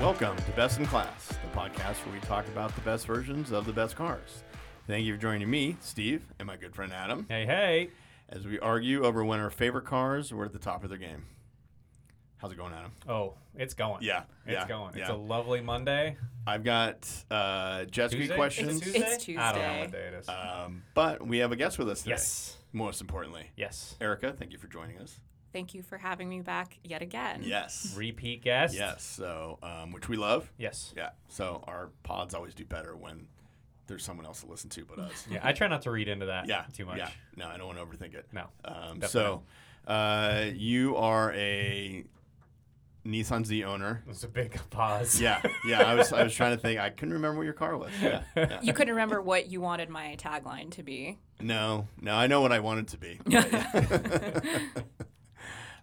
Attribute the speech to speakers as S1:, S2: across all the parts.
S1: Welcome to Best in Class, the podcast where we talk about the best versions of the best cars. Thank you for joining me, Steve, and my good friend Adam,
S2: Hey, hey.
S1: as we argue over when our favorite cars were at the top of their game. How's it going, Adam?
S2: Oh, it's going.
S1: Yeah,
S2: It's
S1: yeah,
S2: going. It's
S1: yeah.
S2: a lovely Monday.
S1: I've got uh, jet ski
S2: Tuesday?
S1: questions,
S2: It's Tuesday?
S3: It's
S2: I don't know
S3: Tuesday.
S2: what day it is.
S1: um, but we have a guest with us today.
S2: yes.
S1: Most importantly,
S2: Yes.
S1: Erica, thank you for joining us.
S3: Thank you for having me back yet again.
S2: Mm.
S1: Yes.
S2: Repeat guest.
S1: Yes. So, um, which we love.
S2: Yes.
S1: Yeah. So our pods always do better when there's someone else to listen to but us.
S2: Yeah, I try not to read into that
S1: yeah.
S2: too much.
S1: Yeah. No, I don't want to overthink it.
S2: No.
S1: Um,
S2: Definitely
S1: so, uh, you are a Nissan Z owner.
S2: It was a big pause.
S1: Yeah. Yeah. I was I was trying to think. I couldn't remember what your car was. Yeah. yeah.
S3: You couldn't remember what you wanted my tagline to be.
S1: No. No. I know what I wanted to be.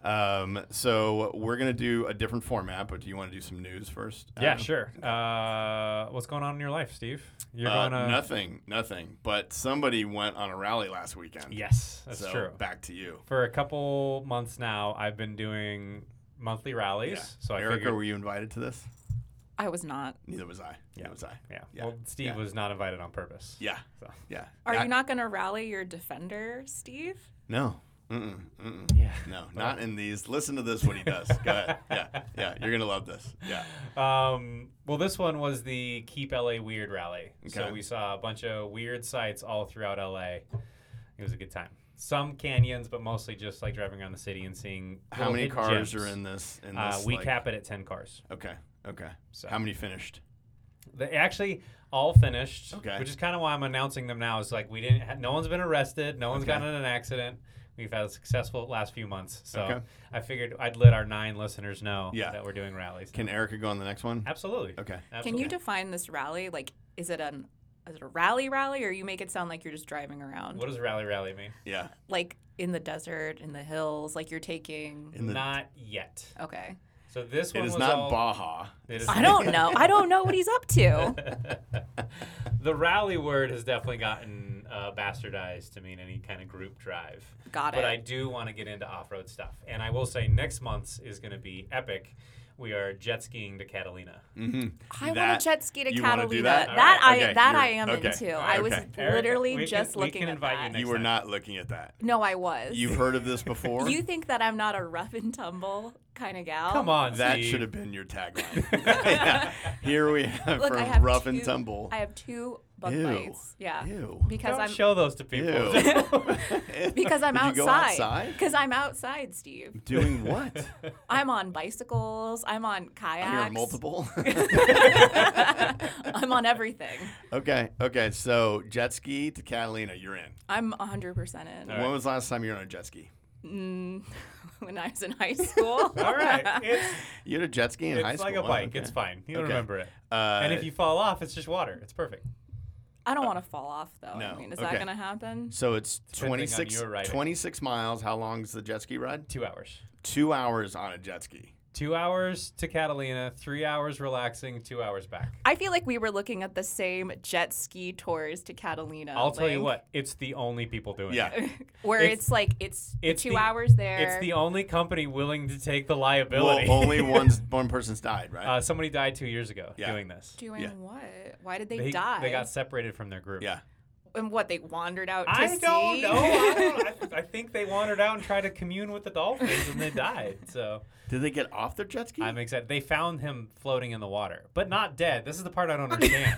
S1: Um, so we're gonna do a different format, but do you want to do some news first?
S2: Yeah,
S1: Adam?
S2: sure. Uh, what's going on in your life, Steve? You're
S1: Uh,
S2: going to.
S1: Nothing, nothing. But somebody went on a rally last weekend.
S2: Yes, that's
S1: so
S2: true.
S1: Back to you.
S2: For a couple months now, I've been doing monthly rallies. So I
S1: Erica,
S2: figured.
S1: were you invited to this?
S3: I was not.
S1: Neither was I. Yeah, was I.
S2: yeah.
S1: yeah,
S2: Well, Steve
S1: yeah.
S2: was not invited on purpose.
S1: Yeah,
S2: So.
S1: yeah.
S3: Are
S1: I-
S3: you not going to rally your defender, Steve?
S1: No. Mm-mm, mm-mm.
S2: Yeah.
S1: No, not in these. Listen to this. What he does. Go ahead. Yeah, yeah. You're gonna love this. Yeah.
S2: Um, well, this one was the Keep LA Weird rally. So
S1: Okay.
S2: we saw a bunch of weird sights all throughout LA. It was a good time. Some canyons, but mostly just like driving around the city and seeing
S1: How
S2: little
S1: many
S2: hidden
S1: cars
S2: gems.
S1: are in this? In
S2: Uh,
S1: this,
S2: we
S1: like-
S2: cap it at ten cars.
S1: Okay. Okay.
S2: So
S1: How many finished?
S2: they actually all finished,
S1: Okay.
S2: which is kind of why I'm announcing them now. Is like we didn't. Ha- no one's been arrested. No one's
S1: Okay.
S2: gotten in an accident. We've had a successful last few months. So
S1: Okay.
S2: I figured I'd let our nine listeners know
S1: Yeah.
S2: that we're doing rallies.
S1: Can Erica go on the next one?
S2: Absolutely.
S1: Okay.
S2: Absolutely.
S3: Can you define this rally? Like, is it an is it a rally rally, or you make it sound like you're just driving around,
S2: what does rally rally mean?
S1: Yeah.
S3: like in the desert, in the hills, like you're taking?
S1: In the,
S2: not yet.
S3: Okay,
S2: So this
S1: it
S2: one
S1: is
S2: was
S1: not
S2: all,
S1: Baja.
S2: it is-
S3: I don't know. I don't know what he's up to.
S2: the rally word has definitely gotten uh, bastardized to mean any kind of group drive.
S3: Got
S2: But
S3: it.
S2: I do want to get into off-road stuff, and I will say next month's is going to be epic. We are jet skiing to Catalina.
S3: I want
S1: Mm-hmm. That-
S3: a jet ski to
S1: you wanna
S3: Catalina.
S1: do that?
S3: that
S1: All
S3: I
S1: right. Okay,
S3: that
S1: you're-
S3: I am
S1: okay.
S3: into.
S1: All
S3: I was
S1: right.
S2: Erica,
S3: literally
S2: we can-
S3: just
S2: we
S3: looking
S2: can
S3: at
S2: invite you
S3: that.
S2: next-
S1: You were
S2: time.
S1: not looking at that.
S3: No, I was.
S1: You've heard of this before.
S3: You think that I'm not a rough and tumble kind of gal?
S2: Come on,
S1: That
S2: Steve.
S1: should have been your tagline. Yeah. Here we have
S3: Look,
S1: from
S3: I have
S1: Rough
S3: two,
S1: and Tumble.
S3: I uh, have two bug
S1: Ew.
S3: bites. Yeah.
S1: Ew.
S3: Because
S2: Don't
S3: I'm
S2: show those to people.
S1: Ew.
S3: because I'm
S1: Did you
S3: outside.
S1: go outside?
S3: Because I'm outside, Steve.
S1: Doing what?
S3: I'm on bicycles. I'm on kayaks.
S1: You're multiple.
S3: I'm on everything.
S1: okay. Okay. So jet ski to Catalina, you're in.
S3: I'm 100% in.
S2: All right.
S1: When was the last time you were on a jet ski?
S3: Mm, when I was in high school.
S2: all right, it's,
S1: You had a jet ski in high
S2: it's
S1: school.
S2: like a
S1: huh?
S2: bike.
S1: Okay.
S2: It's fine. You don't
S1: Okay.
S2: remember it.
S1: Uh,
S2: and if you fall off, it's just water. It's perfect.
S3: I don't want to fall off though.
S1: No.
S3: I mean, is
S1: Okay.
S3: that gonna happen?
S1: so it's
S2: Depending on
S1: 26,
S2: your riding.
S1: 26 miles. How long's the jet ski ride?
S2: Two hours.
S1: Two hours on a jet ski.
S2: Two hours to Catalina. Three hours relaxing. Two hours back.
S3: I feel like we were looking at the same jet ski tours to Catalina.
S2: I'll tell you
S3: link,
S2: what, it's the only people doing it.
S1: Yeah.
S3: Where
S2: It's-
S3: it's, like it's,
S2: it's
S3: two
S2: the-
S3: hours there.
S2: It's the only company willing to take the
S1: well,
S2: liability.
S1: only one's, one person's died, right?
S2: uh, somebody died two years ago
S1: Yeah.
S2: doing this.
S3: Doing
S1: Yeah.
S3: what? Why did they, die?
S2: They got separated from their group.
S1: yeah.
S3: and what they wandered out to
S2: I
S3: sea.
S2: don't know. I, don't, I, I think they wandered out and tried to commune with the dolphins, and they died. So
S1: Did they get off their jet ski?
S2: I'm excited. They found him floating in the water, but not dead. This is the part I don't understand.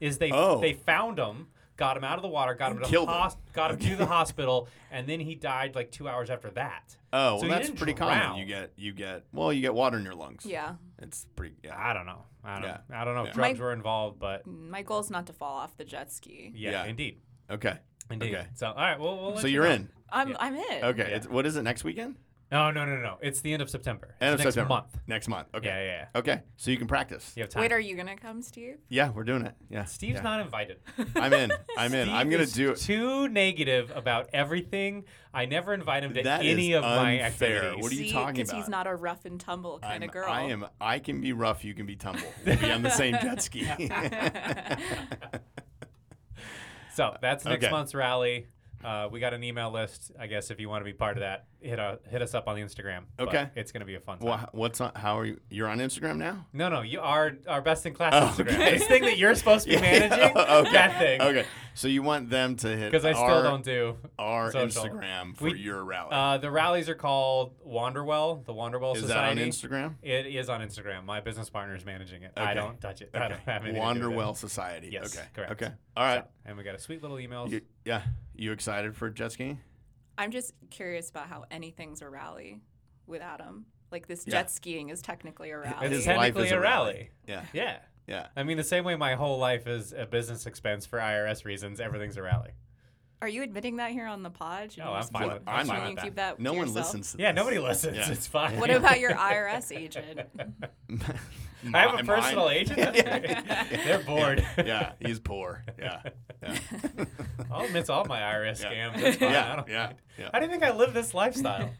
S2: is they
S1: Oh.
S2: they found him, got him out of the water, got him to
S1: killed
S2: the
S1: him.
S2: hos- got him to the hospital, and then he died like two hours after that.
S1: Oh,
S2: So
S1: well,
S2: you
S1: that's
S2: didn't
S1: pretty
S2: drown.
S1: common. You get, you get, well, you get water in your lungs.
S3: Yeah.
S1: It's pretty, yeah.
S2: I don't know. I don't.
S1: Yeah.
S2: I don't know if
S1: Yeah.
S2: drugs
S3: My-
S2: were involved, but
S3: My goal's not to fall off the jet ski.
S2: yeah,
S1: Yeah.
S2: indeed,
S1: Okay.
S2: indeed.
S1: Okay.
S2: So all right, well, Ah. we'll let
S1: So
S2: you
S1: you're
S2: know.
S1: in.
S3: I'm
S2: Yeah.
S3: I'm in.
S1: Okay.
S2: Yeah.
S1: It's, what is it next weekend?
S2: No, no, no, no. It's the end of September. It's
S1: End of
S2: next
S1: September.
S2: month.
S1: Next month. Okay.
S2: Yeah, yeah, yeah.
S1: Okay. So you can practice.
S2: You have time.
S3: Wait, are you gonna come, Steve?
S1: Yeah, we're doing it. Yeah.
S2: Steve's
S1: yeah.
S2: not invited.
S1: I'm in. I'm in.
S2: Steve
S1: I'm gonna
S2: is
S1: do it.
S2: Too negative about everything. I never invite him to
S1: That is
S2: any of my
S1: unfair.
S2: activities.
S1: What are you
S3: See,
S1: talking
S3: he's
S1: about?
S3: not a rough and tumble kind
S1: I'm-
S3: of girl.
S1: I am. I can be rough. You can be tumble. We'll be on the same jet ski.
S2: so that's next
S1: Okay.
S2: month's rally. Uh, we got an email list. I guess if you want to be part of that, hit uh, hit us up on the Instagram. But
S1: Okay.
S2: it's gonna be a fun time.
S1: Wha what's on, how are you? You're on Instagram now?
S2: No, no, you are our best in class
S1: Oh,
S2: Instagram.
S1: okay.
S2: This thing that you're supposed to be
S1: Yeah,
S2: managing,
S1: okay.
S2: that thing.
S1: Okay, so you want them to hit
S2: Because I still
S1: our,
S2: don't do.
S1: our
S2: social.
S1: Instagram for
S2: We-
S1: your rally.
S2: Uh, the rallies are called Wanderwell, the Wanderwell
S1: Is that on
S2: Society.
S1: Instagram?
S2: It is on Instagram. My business partner is managing it.
S1: Okay.
S2: I don't touch it. I don't have anything to do with it.
S1: Wanderwell Society.
S2: Yes,
S1: okay.
S2: correct.
S1: Okay. All right.
S2: So- and we got a sweet little email.
S1: You, yeah. You excited for jet skiing?
S3: I'm just curious about how anything's a rally with Adam. Like this
S1: Yeah.
S3: jet skiing is technically a rally.
S2: It's
S1: His life
S2: technically
S1: is a
S2: a
S1: rally.
S2: rally.
S1: Yeah.
S2: Yeah.
S1: Yeah.
S2: I mean, the same way my whole life is a business expense for IRS reasons, everything's a rally.
S3: Are you admitting that here on the pod? Should
S2: No,
S3: you
S2: I'm
S3: just
S2: fine
S3: keep-
S1: with- I'm
S3: should
S1: fine
S3: you
S2: with that.
S3: keep that.
S1: No
S3: to
S1: one
S3: yourself?
S1: listens. To
S2: Yeah,
S1: this.
S2: nobody listens.
S1: Yeah.
S2: It's fine.
S3: What about your IRS agent?
S1: listens.
S2: I have a personal agent. That's great. They're bored.
S1: Yeah. Yeah, He's poor. Yeah. Yeah.
S2: I'll admit all my IRS
S1: Yeah.
S2: scams. It's fine. I
S1: yeah.
S2: don't,
S1: Yeah. yeah.
S2: How do you think I live this lifestyle?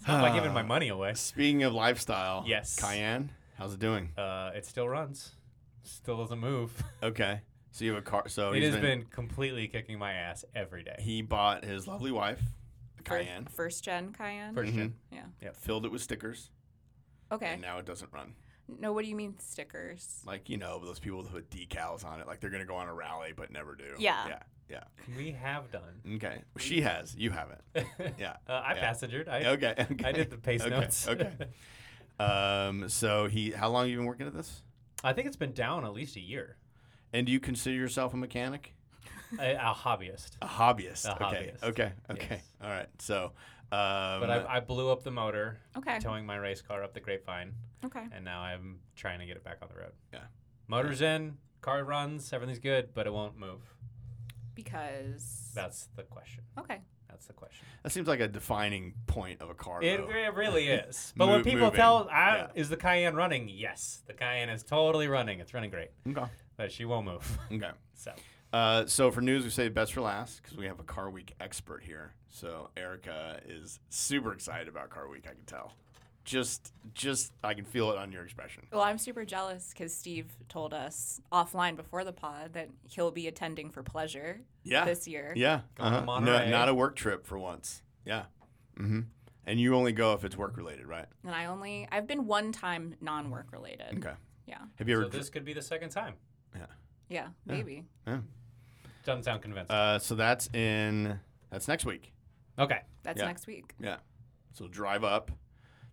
S2: It's not by giving my money away.
S1: Speaking of lifestyle.
S2: Yes.
S1: Cayenne, how's it doing?
S2: Uh, it still runs. Still doesn't move.
S1: Okay. So you have a car. So
S2: it
S1: Oh, he's
S2: has been, completely kicking my ass every day.
S1: He bought his lovely wife a
S3: Fir-
S1: Cayenne,
S3: First gen Cayenne.
S2: First gen.
S3: Yeah.
S1: filled it with stickers,
S3: Okay.
S1: and now it doesn't run.
S3: No, what do you mean stickers?
S1: Like you know those people that put decals on it, like they're gonna go on a rally but never do.
S3: Yeah.
S1: Yeah. Yeah.
S2: We have done.
S1: Okay. She has. You haven't. Yeah.
S2: Uh, I
S1: Yeah.
S2: passengered. I,
S1: Okay. okay.
S2: I did the pace
S1: okay.
S2: notes.
S1: Okay. Um, so he, how long have you been working at this?
S2: I think it's been down at least a year.
S1: And do you consider yourself a mechanic?
S2: A, a hobbyist.
S1: A hobbyist.
S2: A
S1: okay.
S2: hobbyist.
S1: Okay. Okay.
S2: Yes.
S1: All right. So, um,
S2: But I, I blew up the motor,
S3: Okay.
S2: towing my race car up the grapevine,
S3: Okay.
S2: and now I'm trying to get it back on the road.
S1: Yeah.
S2: Motor's in, car runs, everything's good, but it won't move.
S3: Because.
S2: That's the question.
S3: okay.
S2: That's the question.
S1: that seems like a defining point of a car.
S2: It,
S1: though.
S2: it really is. But when
S1: Mo-
S2: people
S1: moving,
S2: tell, I,
S1: yeah.
S2: is the Cayenne running? Yes, the Cayenne is totally running. It's running great,
S1: okay.
S2: but she won't move.
S1: Okay.
S2: So
S1: Uh, so for news, we say best for last because we have a car week expert here. So Erica is super excited about car week. I can tell. Just, just I can feel it on your expression.
S3: Well, I'm super jealous because Steve told us offline before the pod that he'll be attending for pleasure
S1: Yeah.
S3: this year.
S1: Yeah.
S2: Going to
S1: Uh-huh. No,
S2: Monterey.
S1: not a work trip for once. Yeah. Mm-hmm. And you only go if it's work related, right?
S3: And I only, I've been one time non work related.
S1: Okay.
S3: Yeah.
S1: Have you ever?
S2: So this could be the second time.
S3: Yeah. Maybe.
S1: yeah.
S2: Doesn't sound convincing.
S1: Uh, so that's in. That's next week.
S2: okay.
S3: That's
S1: yeah.
S3: next week.
S1: Yeah. So drive up.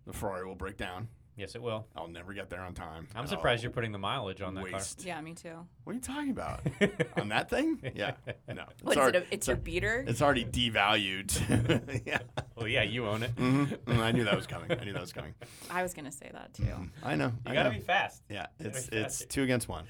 S1: The Ferrari will break down.
S2: Yes, it will.
S1: I'll never get there on time.
S2: I'm
S1: and
S2: surprised
S1: I'll
S2: you're putting the mileage on that
S1: oh. waste.
S3: Yeah, me too.
S1: What are you talking about?
S2: car.
S1: on that thing? Yeah. No. It's
S3: What is
S1: already,
S3: it? A, it's your beater?
S1: it's already devalued. yeah.
S2: well, yeah, you own it.
S1: Mhm. Mm, I knew that was coming. I knew that was coming. Mm-hmm.
S3: I was going to say that too.
S1: I know.
S2: You
S1: I
S2: gotta
S1: know.
S2: be fast.
S1: Yeah, it's
S2: Very
S1: it's
S2: fast.
S1: two against one.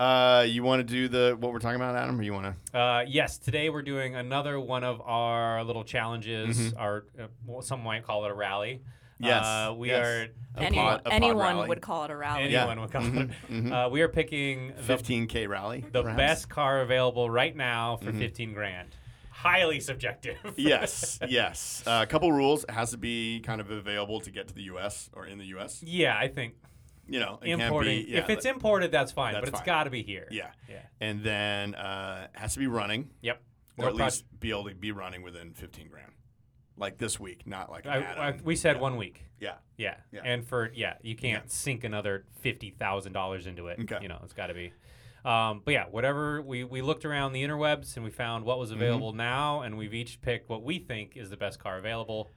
S1: Uh, you want to do the what we're talking about, Adam, or you want to?
S2: Uh, yes, today we're doing another one of our little challenges. Our uh, well, some might call it a rally.
S1: Mm-hmm. Yes,
S2: uh, we
S1: yes.
S2: are.
S3: anyone
S1: pod- a pod
S3: anyone
S1: rally.
S3: would call it a rally.
S1: Yeah.
S2: Anyone would call it.
S1: Mhm, mhm.
S2: Uh, we are picking the,
S1: 15k rally.
S2: the
S1: perhaps?
S2: best car available right now for fifteen grand. Highly subjective.
S1: Mm-hmm. yes, yes. Uh, a couple rules. It has to be kind of available to get to the U.S. or in the U.S.
S2: yeah, I think
S1: You know, it
S2: importing.
S1: Can't be, yeah,
S2: if it's
S1: like-
S2: imported, that's fine,
S1: That's
S2: but it's
S1: fine.
S2: got to be here.
S1: yeah,
S2: Yeah.
S1: and then uh, it has to be running,
S2: Yep.
S1: or,
S2: Or
S1: at
S2: pro-
S1: least be able to be running within 15 grand, like this week, not like an
S2: I,
S1: Adam.
S2: I, we said one week.
S1: yeah.
S2: Yeah.
S1: Yeah.
S2: And for yeah, you can't sink another fifty thousand dollars into it.
S1: Okay.
S2: You know, it's got to be. Um, but yeah, whatever we we looked around the interwebs and we found what was
S1: Mm-hmm.
S2: available now, and we've each picked what we think is the best car available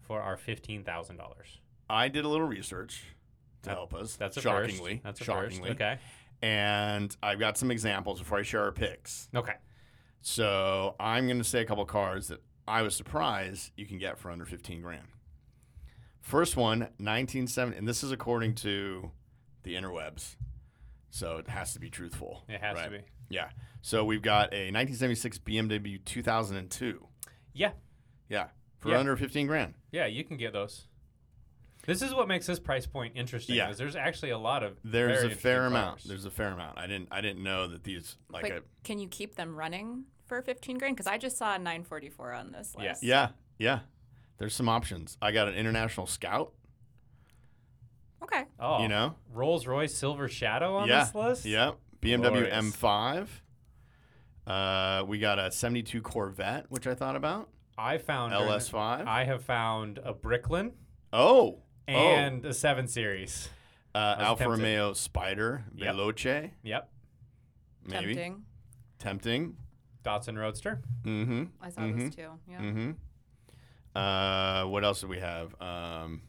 S2: for our fifteen thousand dollars.
S1: I did a little research to
S2: That-
S1: help us.
S2: That's a
S1: shockingly.
S2: first. That's a
S1: shockingly.
S2: first. Okay.
S1: And I've got some examples before I share our picks.
S2: Okay.
S1: So I'm going to say a couple cars that I was surprised you can get for under 15 grand. First one, 1970, and this is according to the interwebs. So it has to be truthful.
S2: It has to
S1: right?
S2: be.
S1: Yeah. So we've got a 1976 BMW 2002.
S2: Yeah.
S1: Yeah. For
S2: Yeah.
S1: under 15 grand.
S2: Yeah. You can get those. This is what makes this price point interesting.
S1: Yeah.
S2: Is there's actually a lot of very
S1: There's a
S2: interesting
S1: fair amount.
S2: cars.
S1: There's a fair amount. I didn't I didn't know that these like
S3: But
S1: a
S3: can you keep them running for 15 grand? Because I just saw a 944 on this
S2: Yeah.
S3: list.
S1: Yeah. Yeah. There's some options. I got an international scout,
S3: Okay.
S2: oh,
S1: you know?
S2: Rolls Royce Silver Shadow on
S1: yeah.
S2: this list.
S1: Yep. BMW
S2: Glorious.
S1: M5. Uh, we got a 72 Corvette, which I thought about.
S2: I found during-
S1: LS5.
S2: I have found a Bricklin
S1: oh.
S2: and a seven series.
S1: oh. Uh, Alfa
S2: tempted.
S1: Romeo Spider,
S2: Yep.
S1: Veloce,
S2: Yep,
S1: maybe.
S3: Tempting.
S1: Tempting.
S2: Datsun Roadster.
S1: Mm-hmm.
S3: I saw
S1: Mhm.
S3: this too. Yeah.
S1: Mm-hmm. Uh, what else do we have? Um,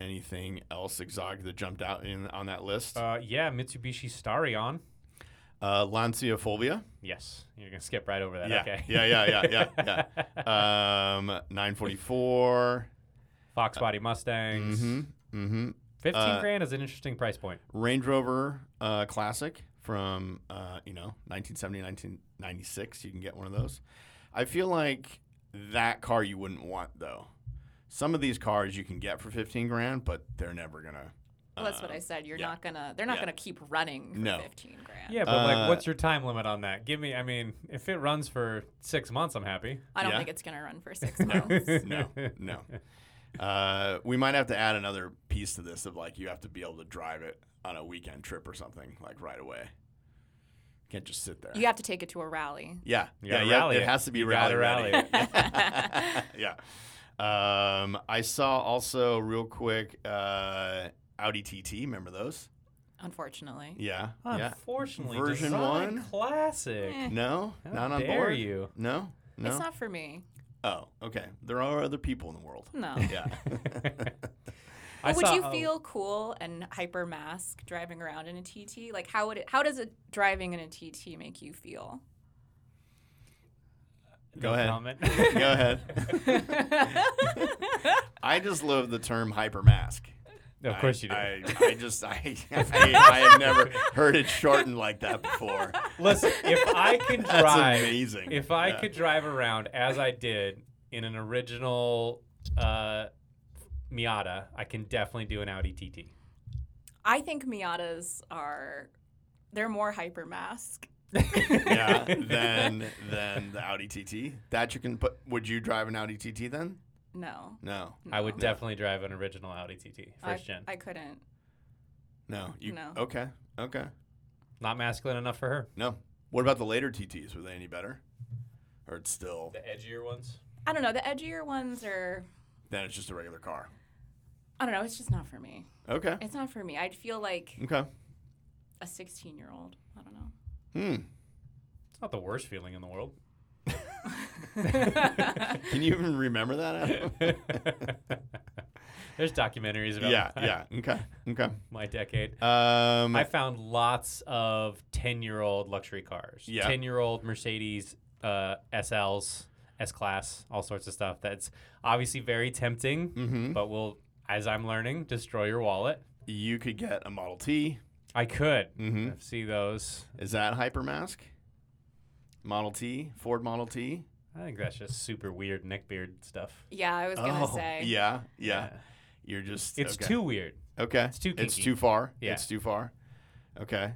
S1: anything else exotic that jumped out in on that list? Uh,
S2: Uh, yeah, Mitsubishi Starion.
S1: Lancia Fulvia.
S2: Yes, you're gonna skip right over that.
S1: Yeah.
S2: Okay.
S1: yeah, yeah, yeah, yeah, yeah. Um, 944.
S2: Fox body Mustangs.
S1: Mm-hmm. Mm-hmm.
S2: Fifteen
S1: Uh,
S2: grand is an interesting price point.
S1: Range Rover uh, Classic from uh, you know 1970 1996. You can get one of those. I feel like that car you wouldn't want though. Some of these cars you can get for 15 grand, but they're never gonna.
S3: Well, that's what
S1: um,
S3: I said. You're
S1: yeah.
S3: not gonna. They're not
S1: Yeah.
S3: gonna keep running for
S1: No.
S3: 15 grand.
S2: Yeah, but
S1: Uh,
S2: like, what's your time limit on that? Give me. I mean, if it runs for six months, I'm happy.
S3: I don't
S1: Yeah.
S3: think it's gonna run for six months.
S1: no, no. Uh, we might have to add another piece to this of like you have to be able to drive it on a weekend trip or something like right away. Can't just sit there.
S3: you have to take it to a rally.
S1: Yeah,
S2: You
S1: yeah,
S2: gotta
S1: yeah.
S2: rally
S1: It
S2: it.
S1: has to be
S2: You
S1: rally,
S2: gotta
S1: ready.
S2: rally
S1: yeah. Um, I saw also real quick uh, Audi TT. Remember those?
S3: Unfortunately.
S1: Yeah,
S2: Oh,
S1: yeah.
S2: Unfortunately,
S1: Version
S2: Design
S1: one?
S2: classic.
S3: Eh,
S1: No,
S2: How
S1: not on
S2: dare
S1: board.
S2: you?
S1: No, no.
S3: It's not for me.
S1: oh, okay. There are other people in the world.
S3: No.
S1: Yeah.
S2: I
S3: But would
S2: saw
S3: you
S2: a-
S3: feel cool and hyper mask driving around in a TT? Like, how would it? How does it driving in a TT make you feel?
S1: Go
S2: No
S1: ahead.
S2: comment.
S1: Go ahead. I just love the term hypermask.
S2: of course you do.
S1: I, I, I just I, I I have never heard it shortened like that before.
S2: Listen, if I can
S1: That's
S2: drive,
S1: amazing.
S2: if I
S1: Yeah.
S2: could drive around as I did in an original uh, Miata, I can definitely do an Audi TT.
S3: I think Miatas are they're more hyper mask.
S1: yeah, then then the Audi TT. That you can put. Would you drive an Audi TT then?
S3: No,
S1: No,
S2: I would
S3: No.
S2: definitely drive an original Audi TT,
S3: I,
S2: first gen.
S3: I couldn't.
S1: no. You
S3: No.
S1: okay? Okay.
S2: Not masculine enough for her.
S1: No. What about the later TTs? Were they any better? Or it's still
S2: The edgier ones.
S3: I don't know. The edgier ones are.
S1: then it's just a regular car.
S3: I don't know. It's just not for me.
S1: Okay.
S3: It's not for me. I'd feel like
S1: Okay.
S3: a 16 year old. I don't know.
S1: Hmm.
S2: It's not the worst feeling in the world.
S1: Can you even remember that? Adam?
S2: There's documentaries about
S1: yeah. Yeah. Okay. Okay.
S2: my decade.
S1: Um.
S2: I found lots of 10 year old luxury cars.
S1: Yeah.
S2: 10 year old Mercedes uh, SLs, S Class, all sorts of stuff. That's obviously very tempting,
S1: mhm.
S2: but will, as I'm learning, destroy your wallet.
S1: You could get a Model T.
S2: I could
S1: Mm-hmm.
S2: see those.
S1: Is that hypermask? Model T, Ford Model T.
S2: I think that's just super weird neck beard stuff.
S3: Yeah, I was gonna say.
S1: Oh, Yeah, yeah. You're just
S2: Oh. It's
S1: okay.
S2: too weird.
S1: Okay.
S2: It's too
S1: It's
S2: kinky.
S1: too far.
S2: Yeah.
S1: It's too far. Okay.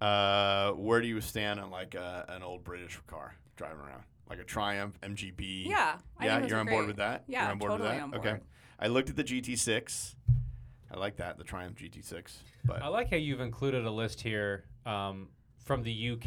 S1: Uh, where do you stand on like a, an old British car driving around, like a Triumph MGB?
S3: Yeah. I
S1: Yeah.
S3: think those
S1: You're
S3: are
S1: on board
S3: great.
S1: with that.
S3: Yeah,
S1: You're on board
S3: totally
S1: with that.
S3: on
S1: Okay.
S3: board.
S1: I looked at the GT6. I like that the Triumph GT6, but
S2: I like how you've included a list here um, from the UK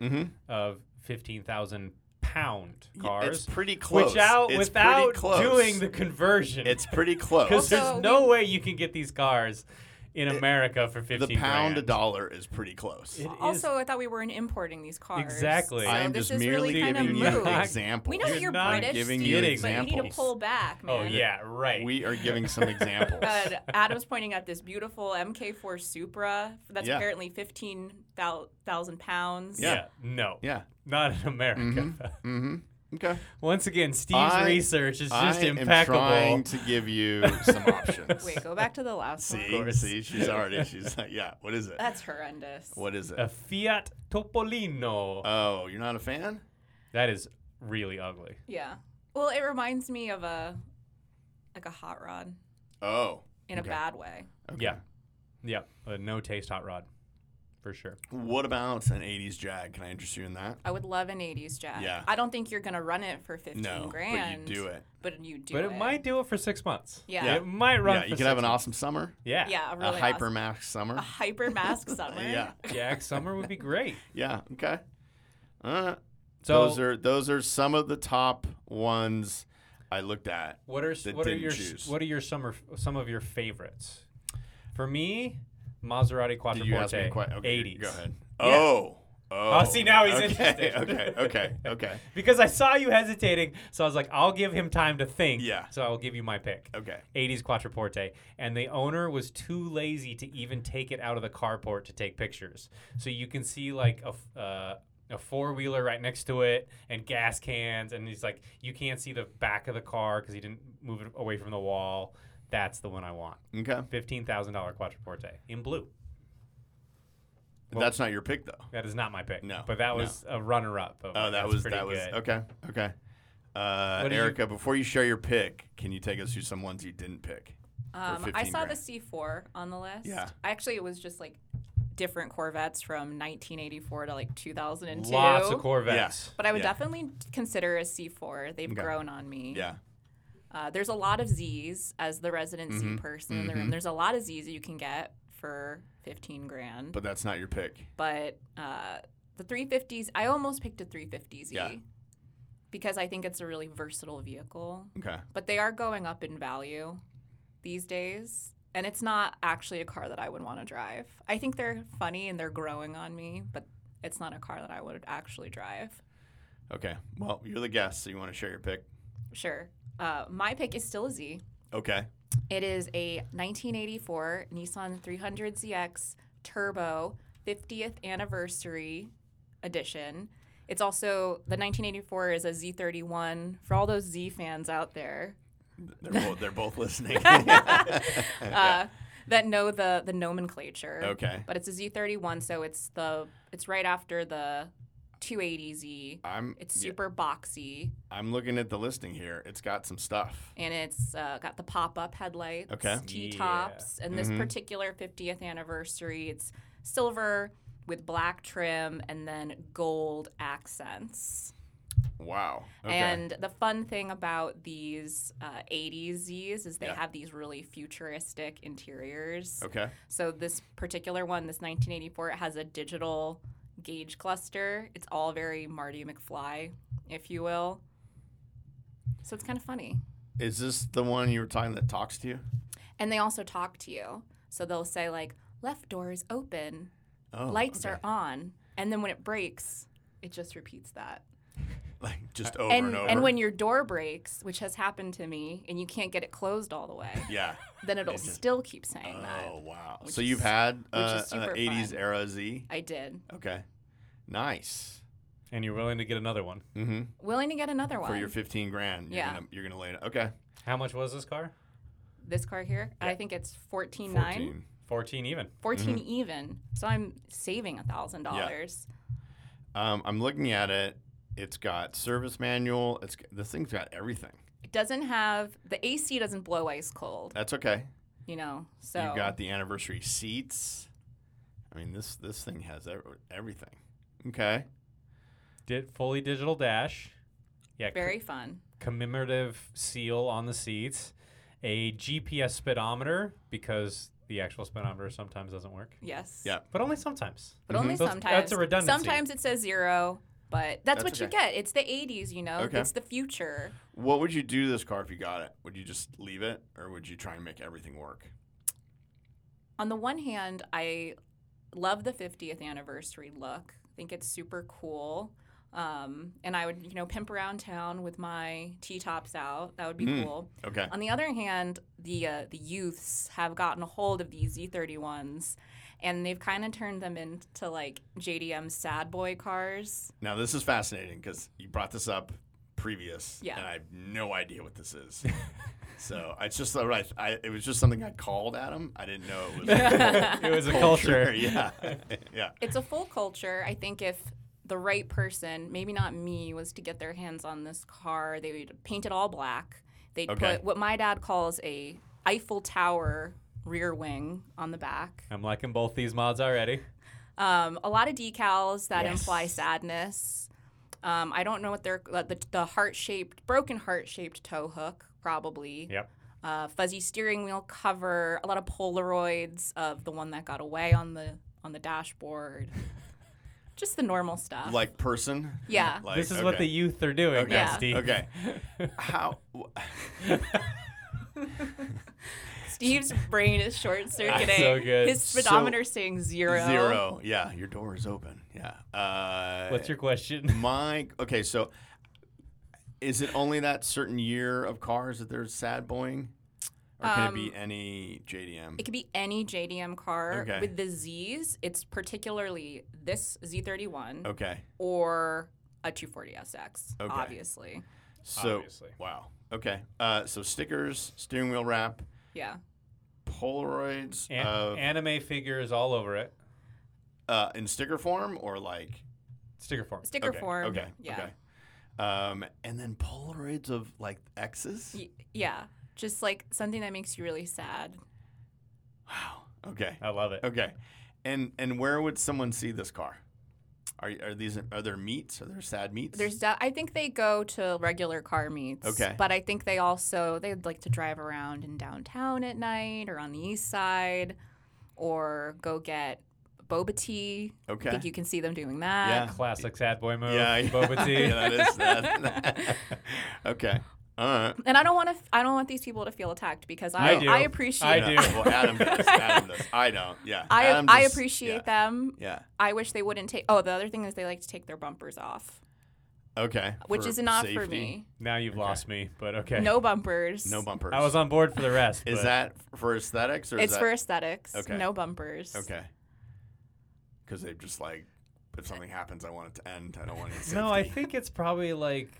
S1: Mhm.
S2: of 15,000 pound
S1: Y- it's
S2: cars.
S1: pretty close.
S2: Which out
S1: It's pretty
S2: without
S1: close.
S2: doing the conversion.
S1: It's pretty close.
S2: because
S3: Also,
S2: there's no way you can get these cars in America for
S1: the
S2: 15
S1: pound a
S2: grand.
S1: dollar is pretty close.
S2: It is-
S3: Also, I thought we weren't importing these cars.
S2: Exactly.
S3: So
S1: I am
S3: this
S1: just
S3: is
S1: merely
S3: really kind of
S1: giving you
S3: moot.
S2: mood.
S1: examples.
S3: We know
S2: You're
S3: that you're
S2: not
S3: British,
S1: giving
S2: you
S3: Steve, but you need
S1: examples.
S3: to pull back, man.
S2: oh yeah, right.
S1: We are giving some examples.
S3: But Adam's pointing out this beautiful MK4 Supra that's
S1: Yeah.
S3: apparently fifteen thousand pounds.
S2: yeah. no,
S1: yeah.
S2: not in America.
S1: Mm-hmm. Okay.
S2: Onst again, Steve's
S1: I-
S2: research is just
S1: I
S2: impeccable.
S1: am trying to give you some options.
S3: Wait, go back to the last
S1: see,
S3: one.
S1: see, she's already. She's like, yeah. What is it?
S3: That's horrendous.
S1: what is it?
S2: A Fiat Topolino.
S1: oh, you're not a fan?
S2: that is really ugly.
S3: Yeah. Well, it reminds me of a like a hot rod
S1: Oh.
S3: in
S1: Okay.
S3: a bad way.
S1: Okay.
S2: Yeah, yeah. A no taste hot rod. for sure.
S1: What about an 80s Jag? Can I interest you in that?
S3: I would love an 80s Jag.
S1: Yeah.
S3: I don't think you're going to run it for 15
S1: No,
S3: grand.
S1: but you do it.
S3: But you do
S2: but
S3: it.
S2: it, might do it for six months.
S3: Yeah.
S1: Yeah.
S2: It might run.
S1: yeah,
S2: for
S1: you could
S2: six
S1: have an
S2: months.
S1: awesome summer,
S2: Yeah.
S3: Yeah, a really
S1: a hyper
S3: awesome- Ah.
S1: max summer.
S3: a hyper mask summer.
S1: Yeah.
S2: Jack Summer would be great.
S1: Yeah. Okay. Uh,
S2: So
S1: those are those are some of the top ones I looked at.
S2: What are
S1: that
S2: what are
S1: didn't
S2: your
S1: choose.
S2: what are your summer some of your favorites? For me, Maserati
S1: Did you ask me a
S2: Quattroporte,
S1: question? Okay,
S2: eighties.
S1: Go ahead.
S2: Yeah.
S1: Oh. Oh.
S2: see, now he's
S1: okay,
S2: interested.
S1: Okay. Okay. Okay.
S2: Because I saw you hesitating, so I was like, I'll give him time to think.
S1: Yeah.
S2: So I will give you my pick.
S1: Okay.
S2: 80s Quattroporte, and the owner was too lazy to even take it out of the carport to take pictures. So you can see like a f- uh, a four wheeler right next to it, and gas cans, and he's like, you can't see the back of the car because he didn't move it away from the wall. That's the one I want.
S1: Okay.
S2: Fifteen thousand dollar Quattroporte in blue. Well- oh,
S1: That's not your pick though.
S2: That is not my pick.
S1: No,
S2: but that
S1: no.
S2: was a runner up.
S1: Oh, that was that was okay. Okay. Uh,
S2: What did you-
S1: Erica, before you share your pick, can you take us through some ones you didn't pick?
S3: Um, I
S1: 15
S3: saw
S1: grand.
S3: the C4 on the list.
S1: Yeah.
S3: Actually, it was just like different Corvettes from 1984 to like 2002.
S2: Lots of Corvettes.
S3: But I would
S1: Yeah.
S3: definitely consider a C4. They've
S1: Okay.
S3: grown on me.
S1: Yeah.
S3: Uh, there's a lot of Z's as the resident
S1: Mm-hmm.
S3: Z person in the room. There's a lot of Z's that you can get for 15 grand.
S1: But that's not your pick.
S3: But, uh, the 350s, I almost picked a 350Z
S1: Yeah.
S3: because I think it's a really versatile vehicle.
S1: Okay.
S3: But they are going up in value these days. And it's not actually a car that I would want to drive. I think they're funny and they're growing on me, but it's not a car that I would actually drive.
S1: Okay. Well, you're the guest, so you want to share your pick.
S3: Sure. Uh, my pick is still a Z.
S1: Okay.
S3: It is a 1984 Nissan 300ZX Turbo 50th Anniversary Edition. It's also the 1984 is a Z31 for all those Z fans out there
S1: They're both, they're both listening.
S3: uh, that know the the nomenclature.
S1: Okay.
S3: But it's a Z31, so it's the it's right after the 280Z.
S1: I'm
S3: It's
S1: yeah,
S3: super boxy,
S1: I'm looking at the listing here. It's got some stuff.
S3: and it's uh, got the pop-up headlights,
S1: Okay.
S3: T-tops, and this
S1: Mhm.
S3: particular 50th anniversary, it's silver with black trim and then gold accents.
S1: Wow. Okay.
S3: And the fun thing about these uh, 80s Zs is they
S1: Yeah. Oh.
S3: have these really futuristic interiors.
S1: okay.
S3: So this particular one, this 1984, it has a digital gauge cluster. It's all very Marty McFly, if you will. So it's kind of funny.
S1: Is this the one you were talking that talks to you?
S3: And they also talk to you. So they'll say like, "Left door is open,
S1: Oh,
S3: lights
S1: okay.
S3: are on," and then when it breaks, it just repeats that.
S1: like just over and,
S3: Uh, and
S1: over.
S3: and when your door breaks, which has happened to me, and you can't get it closed all the way,
S1: yeah.
S3: then it'll
S1: It's just-
S3: still keep saying that.
S1: Oh wow.
S3: Which
S1: So you've
S3: is-
S1: had uh,
S3: is
S1: uh,
S3: super
S1: 80s
S3: fun.
S1: era Z.
S3: I did.
S1: Okay. Nice.
S2: And you're willing to get another one.
S1: Mm-hmm.
S3: Willing to get another one.
S1: For your 15 grand, you're
S3: Yeah.
S1: gonna you're gonna lay it. Okay.
S2: How much was this car?
S3: this car here, I think it's 14.9.
S1: 14.
S2: Fourteen even.
S3: 14
S1: Mm-hmm.
S3: even so i'm saving a thousand dollars
S1: Um, I'm looking at it. It's got service manual. It's g- this thing's got everything.
S3: it doesn't have the ac doesn't blow ice cold
S1: That's okay.
S3: you know so
S1: You've got the anniversary seats. I mean, this this thing has ev- everything. Okay.
S2: Did fully digital dash. Yeah. co-
S3: very fun
S2: commemorative seal on the seats. A GPS speedometer because the actual speedometer sometimes doesn't work,
S3: yes
S1: Yeah.
S2: but only sometimes.
S3: but only
S1: Mhm.
S2: So it's-
S3: sometimes
S2: that's a redundancy.
S3: sometimes it says zero but that's,
S1: That's
S3: what you
S1: okay.
S3: get it's the 80s you know
S1: Okay.
S3: it's the future
S1: What would you do to this car if you got it? Would you just leave it, or would you try and make everything work?
S3: on the one hand i love the 50th anniversary look i think it's super cool um, and i would you know pimp around town with my t-tops out that would be
S1: Mm.
S3: cool
S1: Okay.
S3: On the other hand, the uh, the youths have gotten a hold of these Z31s, and they've kind of turned them into like JDM sad boy cars.
S1: Now this is fascinating because you brought this up previous,
S3: Yeah.
S1: and I have no idea what this is. so it's just so right. I, it was just something I called Adam. I didn't know it was
S2: it was a culture.
S1: yeah, yeah.
S3: It's a full culture. I think if the right person, maybe not me, was to get their hands on this car, they would paint it all black. They'd
S1: Okay.
S3: put what my dad calls a Eiffel Tower rear wing on the back.
S2: I'm liking both these mods already.
S3: Um, a lot of decals that imply
S2: Yes.
S3: sadness. Um, I don't know what they're uh, the, the heart shaped, broken heart shaped tow hook, probably.
S2: Yep.
S3: Uh, fuzzy steering wheel cover. A lot of Polaroids of the one that got away on the on the dashboard. Just the normal stuff.
S1: Like person.
S3: yeah.
S1: Like,
S2: this is what the
S1: okay.
S2: youth are doing,
S1: Okay.
S2: now,
S3: Yeah.
S2: Steve.
S1: Okay. How?
S3: Steve's brain is short circuiting.
S2: so good.
S3: His
S1: So-
S3: speedometer's saying zero.
S1: Zero. Yeah, your door is open. Yeah. Uh,
S2: What's your question?
S1: my? Okay, so is it only that certain year of cars that they're sad boying, or can it be any JDM?
S3: Um, It could be any JDM car
S1: Okay.
S3: with the Z's. It's particularly this Z31
S1: okay,
S3: or a 240SX,
S1: Okay.
S3: obviously.
S1: so
S2: Obviously.
S1: wow. Okay, uh, so stickers, steering wheel wrap,
S3: Yeah.
S1: Polaroids
S2: An-
S1: of
S2: anime figures all over it.
S1: uh, in sticker form or like
S2: Sticker form.
S3: Sticker
S1: okay,
S3: form.
S1: Okay,
S3: Yeah.
S1: okay. Um, and then Polaroids of like X's.
S3: Y- yeah. Just like something that makes you really sad.
S1: Wow. Okay.
S2: I love it.
S1: Okay, and and where would someone see this car? Are are these are there meets? Are there sad meets?
S3: There's, de- I think they go to regular car meets.
S1: Okay.
S3: But I think they also they'd like to drive around in downtown at night or on the east side, or go get boba tea. I
S1: okay.
S3: think you can see them doing that.
S1: Yeah.
S2: Classic sad boy move.
S1: yeah, yeah.
S2: Boba tea.
S1: yeah, that is that. okay. All right.
S3: And I don't want to. I don't want these people to feel attacked because I
S2: I do.
S3: I appreciate
S2: I do.
S1: Well, Adam does. Adam does. I don't. Yeah.
S3: I,
S1: Adam
S3: I
S1: just-
S3: appreciate
S1: yeah,
S3: them.
S1: Yeah.
S3: I wish they wouldn't take. Oh, the other thing is they like to take their bumpers off,
S1: Okay.
S3: which
S1: For
S3: is not for
S1: safety,
S3: me.
S2: Now you've
S1: Okay.
S2: lost me, but okay.
S3: No bumpers.
S1: No bumpers.
S2: I was on board for the rest.
S1: Is
S2: but
S1: that for aesthetics or
S3: It's
S1: is
S3: for
S1: that
S3: aesthetics.
S1: Okay.
S3: No bumpers.
S1: okay? Because they've just like, if something happens, I want it to end. I don't want it.
S2: No, I think it's probably like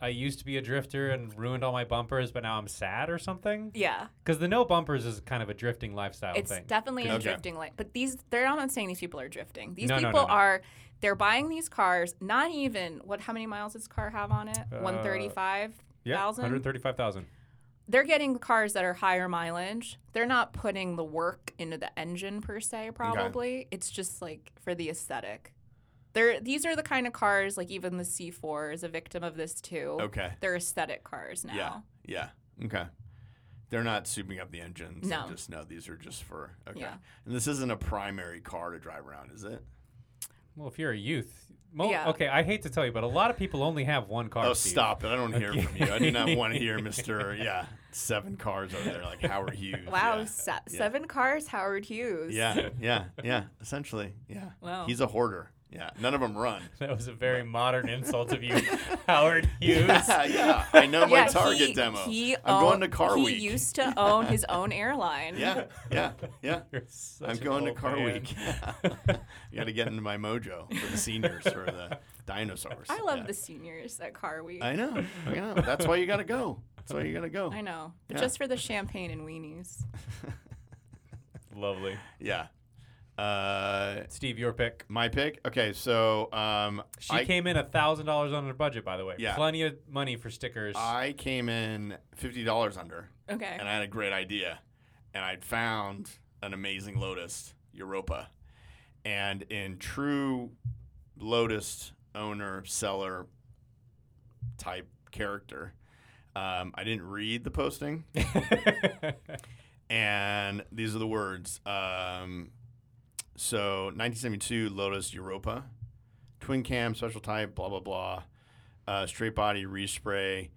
S2: I used to be a drifter and ruined all my bumpers, but now I'm sad or something.
S3: Yeah,
S2: Because the no bumpers is kind of a drifting lifestyle
S3: it's
S2: thing.
S3: definitely a
S1: Okay.
S3: drifting light. But these, they're I'm not saying these people are drifting. These
S2: No, no,
S3: people
S2: no, no.
S3: are. They're buying these cars. Not even what? How many miles does this car have on it?
S2: Uh,
S3: One thirty-five
S2: yeah,
S3: thousand.
S2: 135,000.
S3: they're getting cars that are higher mileage. They're not putting the work into the engine per se, probably. It's just like for the aesthetic. They're, these are the kind of cars, like even the C4 is a victim of this too.
S1: Okay.
S3: They're aesthetic cars now.
S1: Yeah. Yeah. Okay. They're not souping up the engines.
S3: No.
S1: They just no. These are just for okay.
S3: Yeah.
S1: And this isn't a primary car to drive around, is it?
S2: Well, if you're a youth, mo-
S3: Yeah.
S2: okay, I hate to tell you, but a lot of people only have one car.
S1: oh,
S2: Steve.
S1: stop it! I don't hear
S2: Okay.
S1: from you. I do not want to hear Mister. Yeah, seven cars over there, like Howard Hughes.
S3: Wow,
S1: Yeah.
S3: se- seven cars, Howard Hughes.
S1: Yeah, yeah, yeah. Essentially, yeah.
S3: Wow.
S1: He's a hoarder. Yeah. None of them run.
S2: That was a very modern insult of you, Howard Hughes.
S1: yeah, yeah. I know my
S3: Yeah,
S1: Target
S3: he-
S1: demo.
S3: He
S1: I'm
S3: own-
S1: going to Car
S3: he
S1: Week.
S3: used to own his own airline.
S1: yeah, yeah, yeah.
S2: You're such
S1: I'm
S2: an
S1: going to
S2: old
S1: Car
S2: man.
S1: Week. Got to get into my mojo for the seniors for the dinosaurs.
S3: I love
S1: Yeah.
S3: the seniors at Car Week.
S1: I know. I know. That's why you got to go. That's why you got to go.
S3: I know. But
S1: Yeah.
S3: Just for the champagne and weenies.
S2: Lovely.
S1: Yeah. Uh,
S2: Steve, your pick.
S1: my pick. Okay, so um,
S2: She
S1: I,
S2: came in a thousand dollars under budget, by the way.
S1: Yeah.
S2: Plenty of money for stickers.
S1: I came in fifty dollars under,
S3: Okay.
S1: and I had a great idea, and I'd found an amazing Lotus Europa, and in true Lotus owner seller type character, um, I didn't read the posting. and these are the words. Um, so 1972 Lotus Europa, twin cam, special type, blah blah blah, uh, straight body, respray,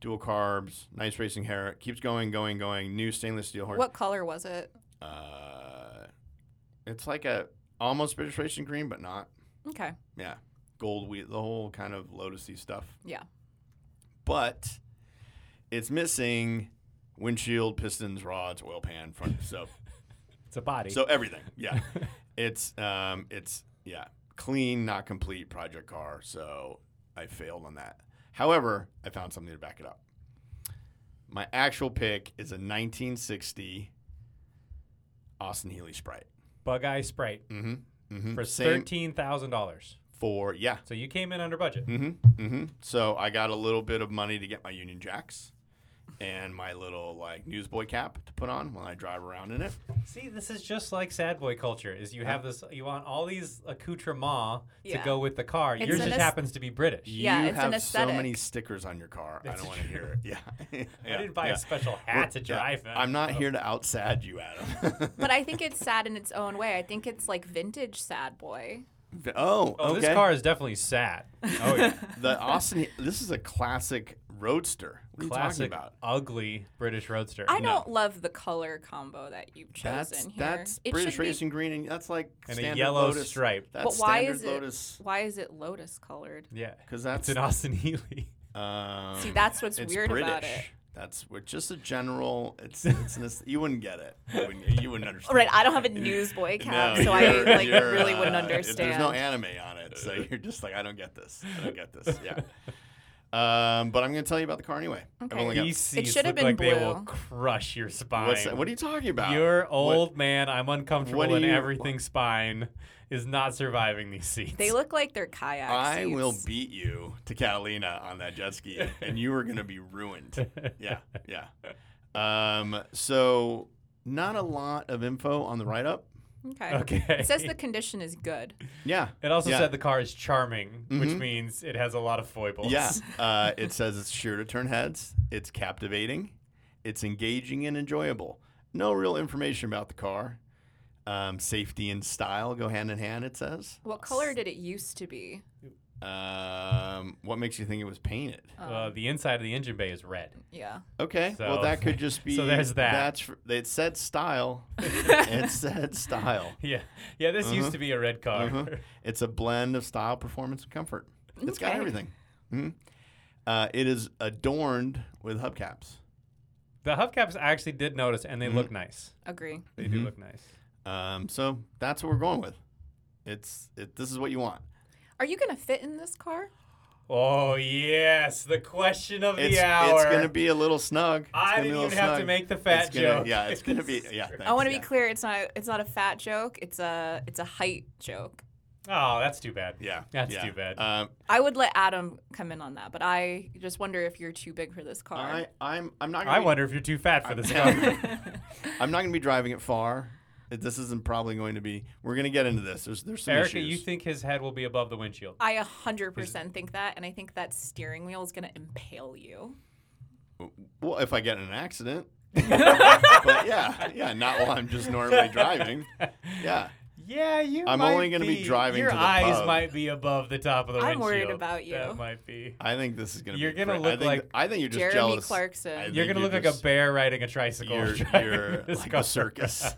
S1: dual carbs, nice racing hair. Keeps going, going, going. New stainless steel horn.
S3: What color was it?
S1: Uh, it's like a almost British racing green, but not.
S3: Okay.
S1: Yeah, gold wheat, the whole kind of lotusy stuff.
S3: Yeah.
S1: but it's missing windshield, pistons, rods, oil pan, front so
S2: it's a body.
S1: so everything. Yeah, it's um, it's yeah, clean, not complete project car. So I failed on that. However, I found something to back it up. My actual pick is a 1960 Austin Healey Sprite.
S2: Bug Eye Sprite
S1: Mm-hmm. Mm-hmm.
S2: for
S1: Same
S2: thirteen thousand dollars.
S1: for yeah.
S2: So you came in under budget.
S1: Mm-hmm. Mm-hmm. So I got a little bit of money to get my Union Jacks, and my little like newsboy cap to put on when I drive around in it.
S2: See, this is just like sad boy culture. Is you have this, you want all these accoutrements to
S3: Yeah.
S2: go with the car.
S3: It's
S2: Yours
S3: an
S2: just
S3: aes-
S2: happens to be British.
S3: Yeah,
S1: you
S3: it's
S1: have
S3: an
S1: so many
S3: aesthetic.
S1: stickers on your car. I
S2: That's
S1: don't want to
S2: true.
S1: hear it. Yeah, Yeah,
S2: I didn't buy
S1: yeah.
S2: a special
S1: We're-
S2: hat to
S1: yeah.
S2: drive Oh. in.
S1: I'm not
S2: so-
S1: here to out sad you, Adam.
S3: But I think it's sad in its own way. I think it's like vintage sad boy.
S1: oh,
S2: Oh,
S1: okay.
S2: this car is definitely sad.
S1: Oh yeah, the Austin. This is a classic roadster. What are you
S2: Classic,
S1: talking about?
S2: ugly British roadster.
S3: I don't love the color combo that you've chosen
S1: That's
S3: here.
S1: that's
S3: It
S1: British
S3: should be-
S1: racing green, and that's like
S2: And a
S1: standard
S2: yellow
S1: Lotus.
S2: stripe.
S1: That's
S3: But why
S1: standard
S3: is it-
S1: Lotus.
S3: Why is it lotus colored?
S2: Yeah,
S1: Because
S2: it's
S1: that's
S2: an Austin Healy.
S1: um,
S3: See, that's what's
S1: it's
S3: weird
S1: British.
S3: about it.
S1: That's we're just a general. It's it's an, you wouldn't get it. You wouldn't, you wouldn't understand.
S3: All right, I don't have a newsboy cap, so I
S1: you're-
S3: like
S1: you're,
S3: really wouldn't
S1: uh,
S3: understand.
S1: There's no anime on it, so you're just like, I don't get this. I don't get this. Yeah. Um, but I'm gonna tell you about the car anyway. I've
S3: Okay.
S1: only got-
S2: These seats
S3: should
S2: look
S3: have
S2: like
S3: been
S2: they will
S3: blue.
S2: crush your spine.
S1: what's that? What are you talking about?
S2: Your old man, I'm uncomfortable
S1: Uh, do
S2: in
S1: you-
S2: everything spine, is not surviving these seats.
S3: They look like they're kayak
S1: I will
S3: seats.
S1: beat you to Catalina on that jet ski, and you are gonna be ruined. Yeah, yeah. Um, so not a lot of info on the write up.
S3: Okay.
S2: okay.
S3: It says the condition is good.
S1: Yeah,
S2: It also
S1: yeah.
S2: said the car is charming, which
S1: Mhm.
S2: means it has a lot of foibles.
S1: Yeah, uh, it says it's sure to turn heads. It's captivating. It's engaging and enjoyable. No real information about the car. Um, safety and style go hand in hand. It says.
S3: What color did it used to be?
S1: Um, what makes you think it was painted?
S3: Oh.
S2: Uh, the inside of the engine bay is red.
S3: Yeah.
S1: Okay,
S2: So-
S1: well that could just be.
S2: so there's that.
S1: That's fr- it said style. it said style.
S2: Yeah. Yeah, this used
S1: Uh-huh.
S2: to be a red car.
S1: Uh-huh. It's a blend of style, performance, and comfort. It's got
S3: Okay.
S1: everything. Mhm. Uh, it is adorned with hubcaps.
S2: the hubcaps I actually did notice, and they
S1: Mhm.
S2: look nice.
S3: Agree.
S2: They do
S1: Mhm.
S2: look nice.
S1: Um, so that's what we're going with. It's it, this is what you want.
S3: Are you gonna fit in this car?
S2: Oh, yes. The question of
S1: It's,
S2: the hour.
S1: it's gonna be a little snug. It's
S2: I
S1: gonna be
S2: didn't
S1: a little
S2: even have to
S1: snug.
S2: make the fat
S1: It's gonna-
S2: joke.
S1: Yeah, it's gonna be. Yeah,
S3: I want to
S1: thanks,
S3: be
S1: yeah.
S3: clear. It's not. It's not a fat joke. It's a. It's a height joke.
S2: Oh, that's too bad.
S1: Yeah,
S2: That's
S1: yeah.
S2: too bad.
S1: Um,
S3: I would let Adam come in on that, but I just wonder if you're too big for this car.
S1: I I'm I'm not. Gonna
S2: I
S1: be,
S2: wonder if you're too fat for this
S1: Yeah.
S2: car.
S1: I'm not gonna be driving it far. It- This isn't probably going to be. We're gonna get into this. There's there's some
S2: Erica,
S1: issues.
S2: you think his head will be above the windshield?
S3: I 100% think that, and I think that steering wheel is going to impale you.
S1: Well, if I get in an accident. but yeah, yeah, not while I'm just normally driving. Yeah.
S2: Yeah, you.
S1: I'm
S2: might
S1: only gonna be driving
S2: Your
S1: to the
S2: eyes
S1: pub.
S2: might be above the top of the
S3: I'm
S2: windshield.
S3: worried about you.
S2: That might be.
S1: I think this is gonna.
S2: You're
S1: be
S2: gonna
S1: cra- I
S2: look
S1: think-
S2: like
S1: I think you're just
S3: Jeremy
S1: jealous.
S3: Clarkson.
S1: I
S3: You're
S2: You're
S1: think
S2: gonna look like a
S1: just-
S2: bear riding a tricycle.
S1: You're,
S2: driving
S1: you're
S2: this
S1: like
S2: car.
S1: a circus.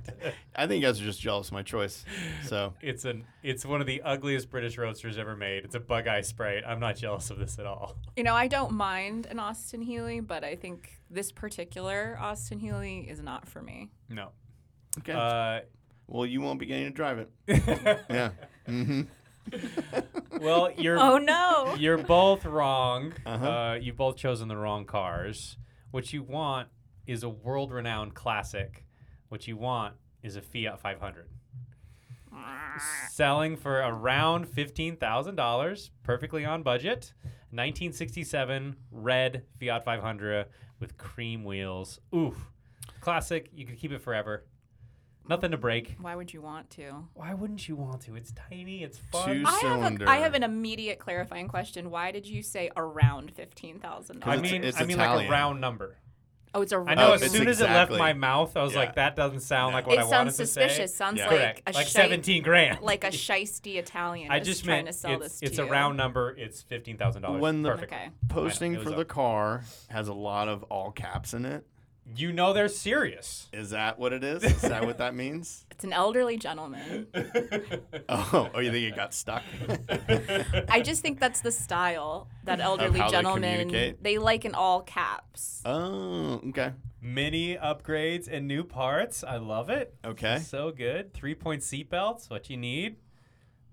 S1: I think you guys are just jealous of my choice. So
S2: It's an it's one of the ugliest British roadsters ever made. It's a bug eye sprite. I'm not jealous of this at all.
S3: You know, I don't mind an Austin Healy, but I think this particular Austin Healy is not for me.
S2: No.
S1: okay.
S2: Uh,
S1: well, you won't be getting to drive it. yeah. Mm-hmm.
S2: well, you're
S3: Oh, no.
S2: you're both wrong.
S1: Uh-huh.
S2: Uh, you've both chosen the wrong cars. What you want is a world-renowned classic. What you want is a Fiat 500. selling for around $15,000, perfectly on budget. 1967 red Fiat 500 with cream wheels. Oof. Classic. You could keep it forever. Nothing to break.
S3: Why would you want to?
S2: Why wouldn't you want to? It's tiny, it's fun.
S1: Two-
S3: I have,
S1: Cylinder.
S3: a, I have an immediate clarifying question. Why did you you say around fifteen thousand
S1: It's-
S2: I
S3: dollars?
S2: mean,
S1: it's
S2: I mean like a
S1: Italian.
S2: round number.
S3: Oh, it's around.
S2: I know
S1: Oh,
S2: as
S1: it's
S2: soon as it left
S1: exactly-
S2: my mouth, I was
S1: Yeah.
S2: like, that doesn't sound
S1: No.
S2: like what
S3: it
S2: I wanted
S3: sounds
S2: to
S3: suspicious.
S2: say.
S3: Sounds
S1: Yeah.
S3: like
S2: Correct.
S3: a
S2: like
S3: shite-
S2: 17 grand.
S3: like a shisty Italian.
S2: I
S3: is
S2: just
S3: trying
S2: meant
S3: to sell
S2: it's,
S3: this
S2: it's
S3: to
S2: a
S3: you.
S2: round number. It's fifteen thousand dollars.
S1: When the-
S2: Perfect.
S3: Okay.
S1: Posting
S2: it
S1: for
S2: was
S1: the
S2: up.
S1: car has a lot of all caps in it.
S2: You know they're serious.
S1: Is that what it is? Is that what that means?
S3: It's an elderly gentleman.
S1: Oh, oh, you think it got stuck?
S3: I just think that's the style that elderly
S1: how they
S3: gentlemen
S1: communicate?
S3: they like in all caps.
S1: oh, okay,
S2: Mini upgrades and new parts. I love it.
S1: okay.
S2: So good. Three point seatbelts. What you need.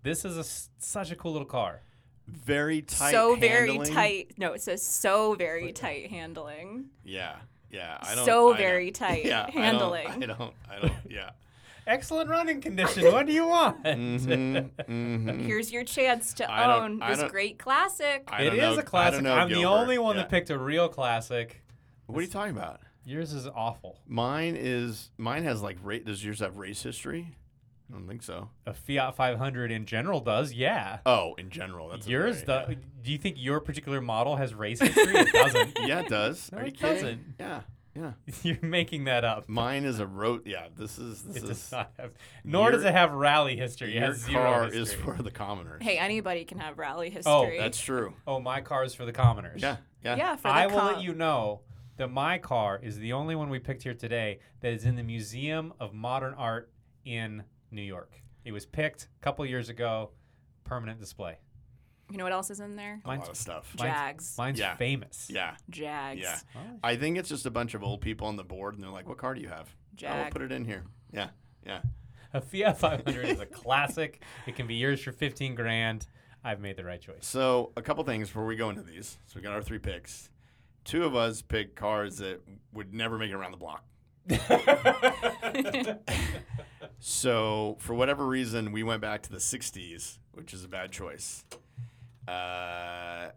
S2: This is a s such a cool little car.
S1: Very tight.
S3: so very
S1: handling.
S3: tight. No, it says so very tight handling.
S1: Yeah, yeah. I don't.
S3: So
S1: I
S3: very
S1: don't-
S3: tight
S1: yeah, I
S3: handling.
S1: don't. I don't. I don't yeah.
S2: Excellent running condition. what do you want?
S1: Mhm,
S2: Mm-hmm, hmm.
S1: mhm.
S3: Here's your chance to
S1: I don't-
S3: own
S1: I
S3: this
S1: don't-
S3: great classic.
S1: I
S2: It
S1: don't
S2: is
S1: know-
S2: a classic.
S1: I don't know,
S2: I'm the
S1: Gilbert.
S2: only one
S1: Yeah.
S2: that picked a real classic.
S1: What are you talking about?
S2: Yours is awful.
S1: Mine is mine has like rate. Does yours have race history? I don't think so.
S2: A Fiat 500 in general does, yeah.
S1: Oh, in general, that's a
S2: Yours
S1: very-
S2: does. Do you think your particular model has race history? It doesn't.
S1: Yeah, it does.
S2: No,
S1: Are you
S2: it
S1: kidding?
S2: doesn't.
S1: Yeah, yeah.
S2: You're making that up.
S1: Mine is a road. Yeah, this is this
S2: It
S1: is.
S2: does not have. Nor does
S1: Your-
S2: it have rally history. It
S1: Your
S2: has zero
S1: car
S2: history.
S1: is for the commoners.
S3: Hey, anybody can have rally history.
S2: Oh,
S1: that's true.
S2: oh, my car is for the commoners.
S1: Yeah, yeah.
S3: yeah. For the
S2: I will
S3: com-
S2: let you know that my car is the only one we picked here today that is in the Museum of Modern Art in New York. It was picked a couple years ago, permanent display.
S3: You know what else is in there?
S1: A
S2: Mine's-
S1: lot of stuff.
S2: Mine's-
S3: Jags.
S2: Mine's
S1: Yeah.
S2: famous.
S1: Yeah,
S3: Jags.
S1: yeah.
S2: Oh.
S1: I think it's just a bunch of old people on the board, and they're like, "What car do you have?" I will
S3: Jag.
S1: put it in here. Yeah, yeah.
S2: A Fiat 500 is a classic. It can be yours for 15 grand. I've made the right choice.
S1: So a couple things before we go into these. So we got our three picks. Two of us picked cars that would never make it around the block. So for whatever reason, we went back to the '60s, which is a bad choice. Uh,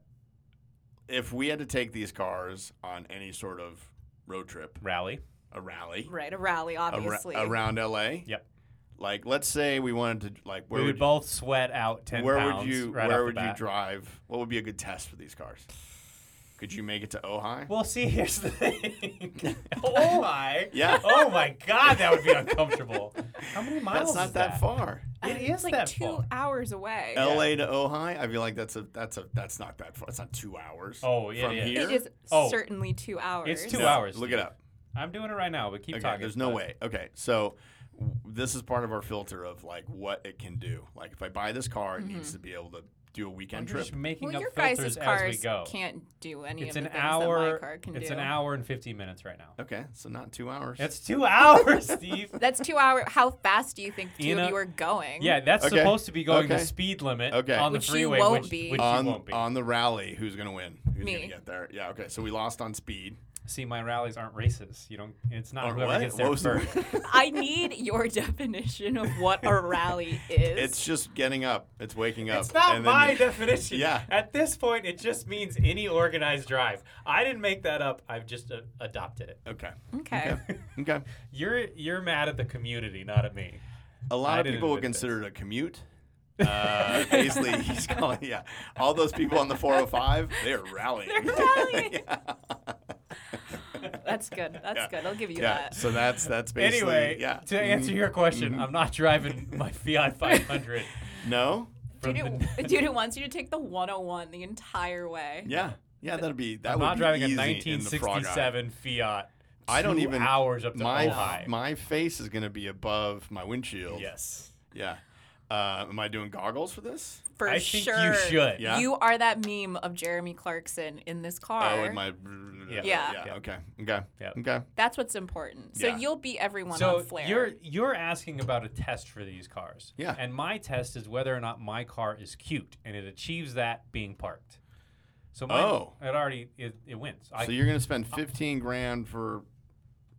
S1: if we had to take these cars on any sort of road trip,
S2: Rally.
S1: a rally,
S3: Right, a rally,
S1: a ra-
S3: obviously.
S1: around LA,
S2: Yep.
S1: like let's say we wanted to like where
S2: we would
S1: would
S2: both sweat out 10
S1: where
S2: pounds
S1: would you
S2: right off
S1: where
S2: the
S1: would you
S2: bat.
S1: drive? What would be a good test for these cars? Could you make it to Ojai?
S2: Well, see, here's the thing. oh my.
S1: Yeah.
S2: Oh my God, that would be uncomfortable. How many
S1: That's
S2: miles?
S1: not
S2: is
S1: that, far.
S2: It is
S3: like
S2: that
S3: two
S2: far.
S3: hours away.
S1: LA to Ojai, I feel like that's a that's a that's not that far. It's not two hours.
S2: Oh, it
S1: from
S2: is.
S1: here.
S3: It is
S2: Oh.
S3: certainly two hours.
S2: It's two
S1: No,
S2: hours,
S1: Look
S2: dude.
S1: it up.
S2: I'm doing it right now, but keep
S1: Okay,
S2: talking.
S1: there's no
S2: but-
S1: way. Okay, so w- this is part of our filter of like what it can do. Like if I buy this car, it
S2: Mm-hmm.
S1: needs to be able to do a
S2: I'm
S1: weekend trip.
S2: just making
S3: Well,
S2: up
S3: your
S2: filters
S3: guys'
S2: as
S3: cars
S2: we go.
S3: can't do any
S2: it's
S3: of
S2: an
S3: the things that my
S2: hour.
S3: car can
S2: It's
S3: do.
S2: an hour and 50 minutes right now.
S1: Okay, so not two hours.
S2: It's two hours, Steve.
S3: That's two hours. How fast do you think two
S2: You know-
S3: of you are going?
S2: Yeah, that's
S1: Okay.
S2: supposed to be going the
S1: Okay.
S2: speed limit
S1: Okay.
S2: on the
S3: Which you
S2: freeway,
S3: won't
S2: which,
S3: be.
S2: which
S1: on
S2: you won't be.
S1: on the rally. Who's gonna win? Who's
S3: Me.
S1: gonna get there? Yeah. Okay, so we lost on speed.
S2: See, my rallies aren't races. You don't. It's not
S1: Or
S2: whoever
S1: Oh, what?
S2: gets
S1: What
S2: there
S1: was the-
S2: first.
S3: I need your definition of what a rally is.
S1: It's just getting up. It's waking up.
S2: It's not
S1: and then
S2: my
S1: you-
S2: definition.
S1: Yeah.
S2: At this point, it just means any organized drive. I didn't make that up. I've just uh, adopted it.
S1: Okay.
S3: okay.
S1: Okay.
S2: You're you're mad at the community, not at me.
S1: A lot
S2: I
S1: of
S2: didn't
S1: people would
S2: invent this.
S1: consider it a commute. Uh, basically, he's calling. Yeah, all those people on the 405, they're rallying.
S3: They're rallying.
S1: yeah.
S3: That's good. That's
S1: Yeah.
S3: good. I'll give you
S1: yeah.
S3: that.
S1: So that's that's basically.
S2: anyway,
S1: yeah. Mm-hmm.
S2: to answer your question, I'm not driving my Fiat 500.
S1: No.
S2: from
S3: Dude
S2: the-
S3: it, dude, it wants you to take the 101 the entire way.
S1: Yeah. Yeah, that'd be that
S2: I'm
S1: would
S2: not
S1: be
S2: driving a
S1: easy in the frog eye.
S2: 1967 Fiat.
S1: I don't
S2: two
S1: even-
S2: hours up to
S1: My
S2: Ojai.
S1: my face is gonna be above my windshield.
S2: yes.
S1: Yeah. Uh, am I doing goggles for this?
S3: For
S2: I think you
S3: sure.
S2: should.
S1: Yeah.
S3: You are that meme of Jeremy Clarkson in this car.
S1: Oh, with my.
S2: Yeah.
S3: Yeah.
S1: yeah. Okay. Okay.
S2: Yeah.
S1: Okay.
S3: That's what's important. So
S1: Yeah.
S3: you'll beat everyone
S2: So
S3: on flare.
S2: you're you're asking about a test for these cars.
S1: Yeah.
S2: And my test is whether or not my car is cute, and it achieves that being parked. So mine,
S1: Oh.
S2: it already it, it wins. I, uh,
S1: So you're gonna spend 15 grand for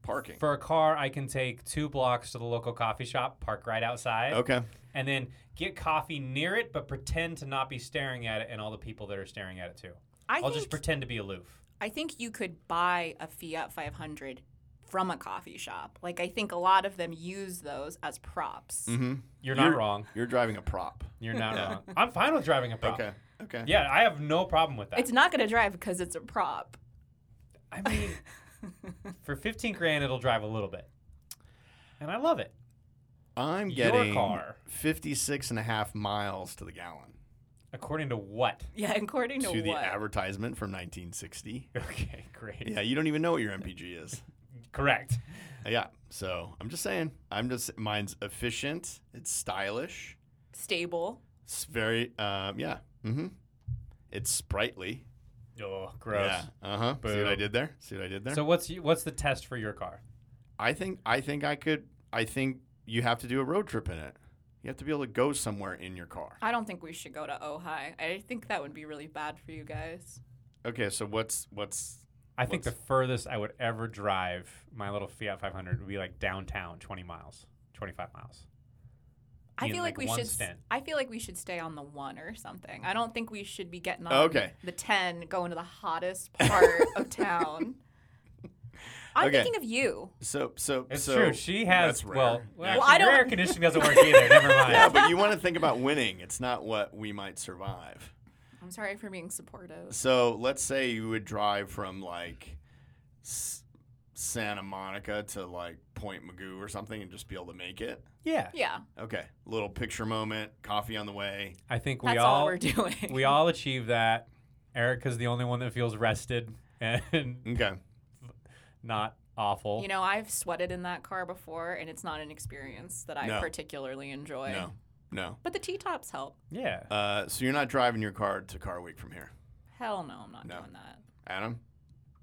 S1: parking.
S2: for a car, I can take two blocks to the local coffee shop, park right outside,
S1: Okay.
S2: and then get coffee near it, but pretend to not be staring at it and all the people that are staring at it too.
S3: I
S2: will
S3: think,
S2: just pretend to be aloof.
S3: I think you could buy a Fiat 500 from a coffee shop. Like I think a lot of them use those as props.
S1: Mm-hmm.
S2: You're not wrong.
S1: You're driving a prop.
S2: You're not wrong. I'm fine with driving a prop.
S1: Okay. Okay.
S2: Yeah, I have no problem with that.
S3: It's not going to drive because it's a prop.
S2: I mean, for 15 grand, it'll drive a little bit. And I love it.
S1: I'm
S2: Your
S1: getting
S2: car.
S1: 56 and a half miles to the gallon
S2: According to what?
S3: Yeah, according to,
S1: to the
S3: what?
S1: advertisement from 1960.
S2: Okay, great.
S1: Yeah, you don't even know what your MPG is. Uh,
S2: Correct.
S1: Yeah. So I'm just saying. I'm just mine's efficient. It's stylish.
S3: Stable.
S1: It's very. Um, yeah. Mm-hmm. It's sprightly.
S2: Oh, gross.
S1: Yeah. Uh huh. See what I
S2: Boo.
S1: did there? See what I did there?
S2: So what's y- what's the test for your car?
S1: I think I think I could. I think you have to do a road trip in it. You have to be able to go somewhere in your car.
S3: I don't think we should go to Ojai. I think that would be really bad for you guys.
S1: Okay. So what's what's
S2: I think the furthest I would ever drive my little Fiat 500 would be like downtown, 20 miles, 25 miles.
S3: I
S2: In,
S3: feel
S2: like,
S3: like, we
S2: one
S3: should. s-
S2: stint.
S3: I feel like we should stay on the one or something. I don't think we should be getting on
S1: Okay.
S3: the ten, going to the hottest part of town. I'm
S1: Okay.
S3: thinking of you.
S1: So, so,
S2: It's
S1: so
S2: true. She has
S1: that's rare.
S2: well.
S1: Yeah.
S2: well,
S3: I
S2: I do
S3: don't-
S2: Air conditioning doesn't work either. Never mind.
S1: yeah, but you want to think about winning. It's not what we might survive.
S3: I'm sorry for being supportive.
S1: So let's say you would drive from like S- Santa Monica to like Point Magoo or something and just be able to make it.
S2: Yeah.
S3: Yeah,
S1: Okay, little picture moment, coffee on the way.
S2: I think we
S3: that's all,
S2: all
S3: we're doing.
S2: we all achieve that. Erica's the only one that feels rested and
S1: Okay,
S2: not awful.
S3: you know, I've sweated in that car before, and it's not an experience that I
S1: No.
S3: particularly enjoy.
S1: no, no.
S3: But the T tops help.
S2: yeah.
S1: Uh, so you're not driving your car to Car Week from here,
S3: Hell no, I'm not
S1: No.
S3: doing that.
S1: Adam?